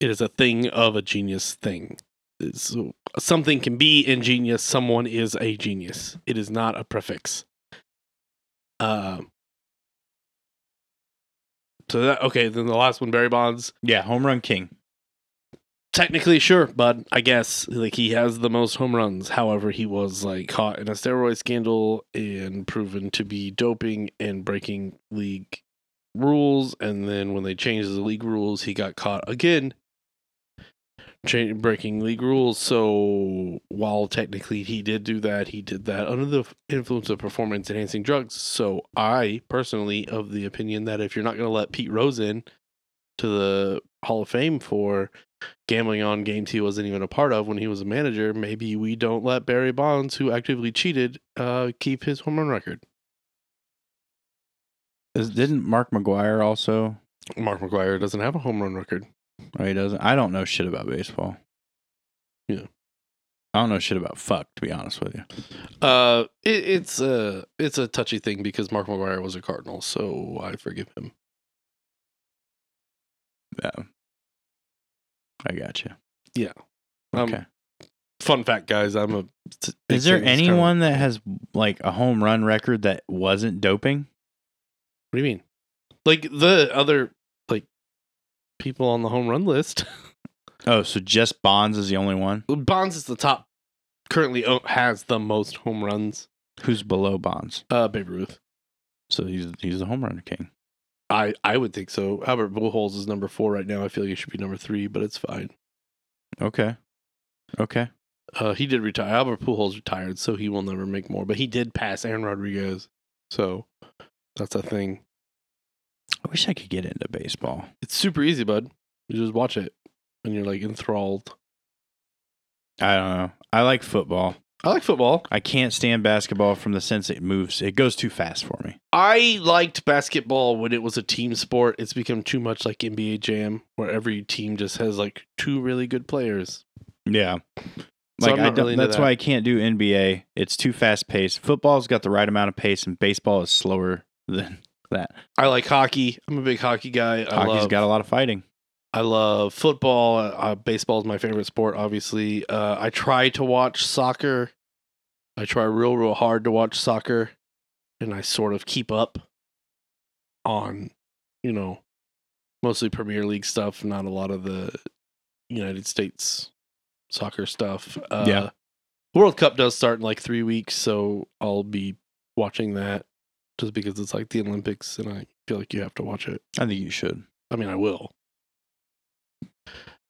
Speaker 2: It is a thing of a genius thing. It's- something can be ingenious. Someone is a genius. It is not a prefix. Um. So that okay. Then the last one, Barry Bonds.
Speaker 1: Yeah, home run king.
Speaker 2: Technically, sure, but I guess like he has the most home runs. However, he was like caught in a steroid scandal and proven to be doping and breaking league rules. And then when they changed the league rules, he got caught again, cha- breaking league rules. So while technically he did do that, he did that under the influence of performance enhancing drugs. So I personally of the opinion that if you're not going to let Pete Rose in to the Hall of Fame for gambling on games he wasn't even a part of when he was a manager, maybe we don't let Barry Bonds, who actively cheated, uh, keep his home run record.
Speaker 1: Is, didn't Mark McGuire also?
Speaker 2: Mark McGuire doesn't have a home run record.
Speaker 1: Or he doesn't. I don't know shit about baseball.
Speaker 2: Yeah.
Speaker 1: I don't know shit about fuck, to be honest with you.
Speaker 2: Uh, it, it's a it's a touchy thing because Mark McGuire was a Cardinal, so I forgive him.
Speaker 1: Yeah. I got you.
Speaker 2: Um,
Speaker 1: Okay.
Speaker 2: Fun fact, guys, I'm a. big
Speaker 1: Is there
Speaker 2: fitness guy.
Speaker 1: anyone that has like a home run record that wasn't doping?
Speaker 2: What do you mean? Like the other like people on the home run list.
Speaker 1: Oh, so just Bonds is the only one
Speaker 2: Bonds is the top. Currently o- has the most home runs.
Speaker 1: who's below Bonds.
Speaker 2: Uh, Babe Ruth.
Speaker 1: So he's he's the home run king.
Speaker 2: I I would think so. Albert Pujols is number four right now. I feel like he should be number three, but it's fine.
Speaker 1: Okay. Okay.
Speaker 2: Uh, he did retire. Albert Pujols retired, so he will never make more. But he did pass Aaron Rodriguez, so that's a thing.
Speaker 1: I wish I could get into baseball.
Speaker 2: It's super easy, bud. You just watch it, and you're like enthralled.
Speaker 1: I don't know. I like football.
Speaker 2: I like football.
Speaker 1: I can't stand basketball from the sense it moves. It goes too fast for me.
Speaker 2: I liked basketball when it was a team sport. It's become too much like NBA Jam, where every team just has like two really good players.
Speaker 1: Yeah.
Speaker 2: So
Speaker 1: Like
Speaker 2: I'm
Speaker 1: I
Speaker 2: not
Speaker 1: don't,
Speaker 2: really into
Speaker 1: that's
Speaker 2: that.
Speaker 1: why I can't do NBA. It's too fast paced. Football's got the right amount of pace, and baseball is slower than that.
Speaker 2: I like hockey. I'm a big hockey guy. I
Speaker 1: Hockey's
Speaker 2: love,
Speaker 1: got a lot of fighting.
Speaker 2: I love football. Uh, baseball is my favorite sport, obviously. Uh, I try to watch soccer. I try real, real hard to watch soccer, and I sort of keep up on, you know, mostly Premier League stuff, not a lot of the United States soccer stuff. Uh,
Speaker 1: Yeah.
Speaker 2: World Cup does start in like three weeks, so I'll be watching that just because it's like the Olympics, and I feel like you have to watch it.
Speaker 1: I think you should.
Speaker 2: I mean, I will.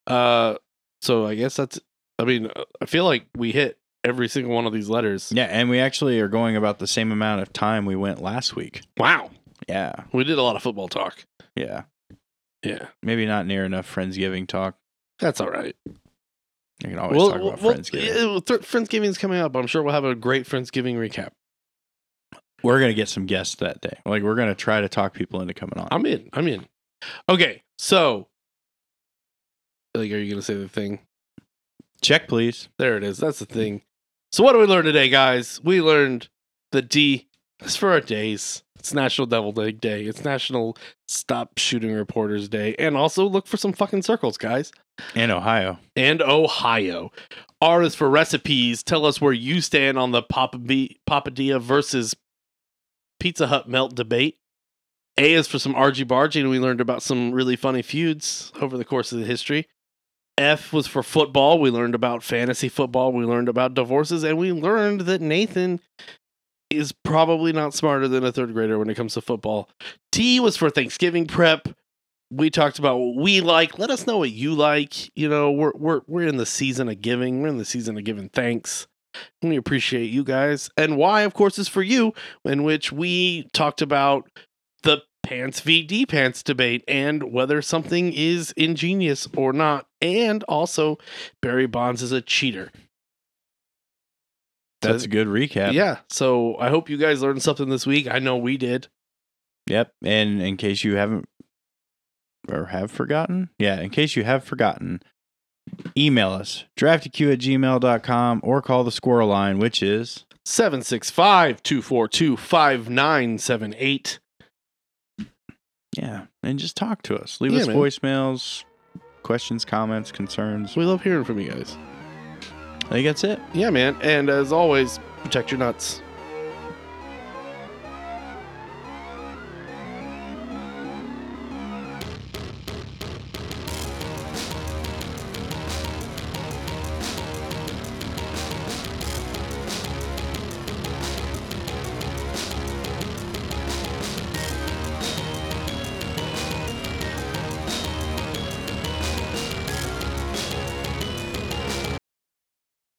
Speaker 2: Uh, so I guess that's. I mean, uh, I feel like we hit every single one of these letters.
Speaker 1: Yeah, and we actually are going about the same amount of time we went last week.
Speaker 2: Wow,
Speaker 1: Yeah.
Speaker 2: we did a lot of football talk.
Speaker 1: Yeah.
Speaker 2: Yeah,
Speaker 1: Maybe not near enough Friendsgiving talk.
Speaker 2: that's all right.
Speaker 1: You can always talk about Friendsgiving.
Speaker 2: yeah, well, th- Friendsgiving is coming up. I'm sure we'll have a great Friendsgiving recap.
Speaker 1: We're gonna get some guests that day. Like we're gonna try to talk people into coming on.
Speaker 2: I'm in. I'm in. Okay, so like, are you gonna say the thing?
Speaker 1: Check, please.
Speaker 2: There it is. That's the thing. So what did we learn today, guys? We learned the D is for our days. It's National Devil Egg Day. It's National Stop Shooting Reporters Day. And also look for some fucking circles, guys.
Speaker 1: In Ohio.
Speaker 2: And Ohio. R is for recipes. Tell us where you stand on the Papa B- Papadilla versus Pizza Hut melt debate. A is for some argy bargy, and we learned about some really funny feuds over the course of the history. F was for football. We learned about fantasy football. We learned about divorces, and we learned that Nathan is probably not smarter than a third grader when it comes to football. T was for Thanksgiving prep. We talked about what we like. Let us know what you like. You know, we're we're we're in the season of giving. We're in the season of giving thanks. We appreciate you guys. And Y, of course, is for you, in which we talked about the pants VD pants debate and whether something is ingenious or not. And also, Barry Bonds is a cheater.
Speaker 1: That's a good recap.
Speaker 2: Yeah. So I hope you guys learned something this week. I know we did.
Speaker 1: Yep. And in case you haven't or have forgotten, yeah, in case you have forgotten, email us draftyq at gmail.com or call the squirrel line, which is
Speaker 2: 765 242 5978.
Speaker 1: yeah, and just talk to us. Leave
Speaker 2: Yeah,
Speaker 1: us
Speaker 2: man.
Speaker 1: voicemails, questions, comments, concerns.
Speaker 2: We love hearing from you guys.
Speaker 1: I think that's it.
Speaker 2: Yeah, man. And as always, protect your nuts.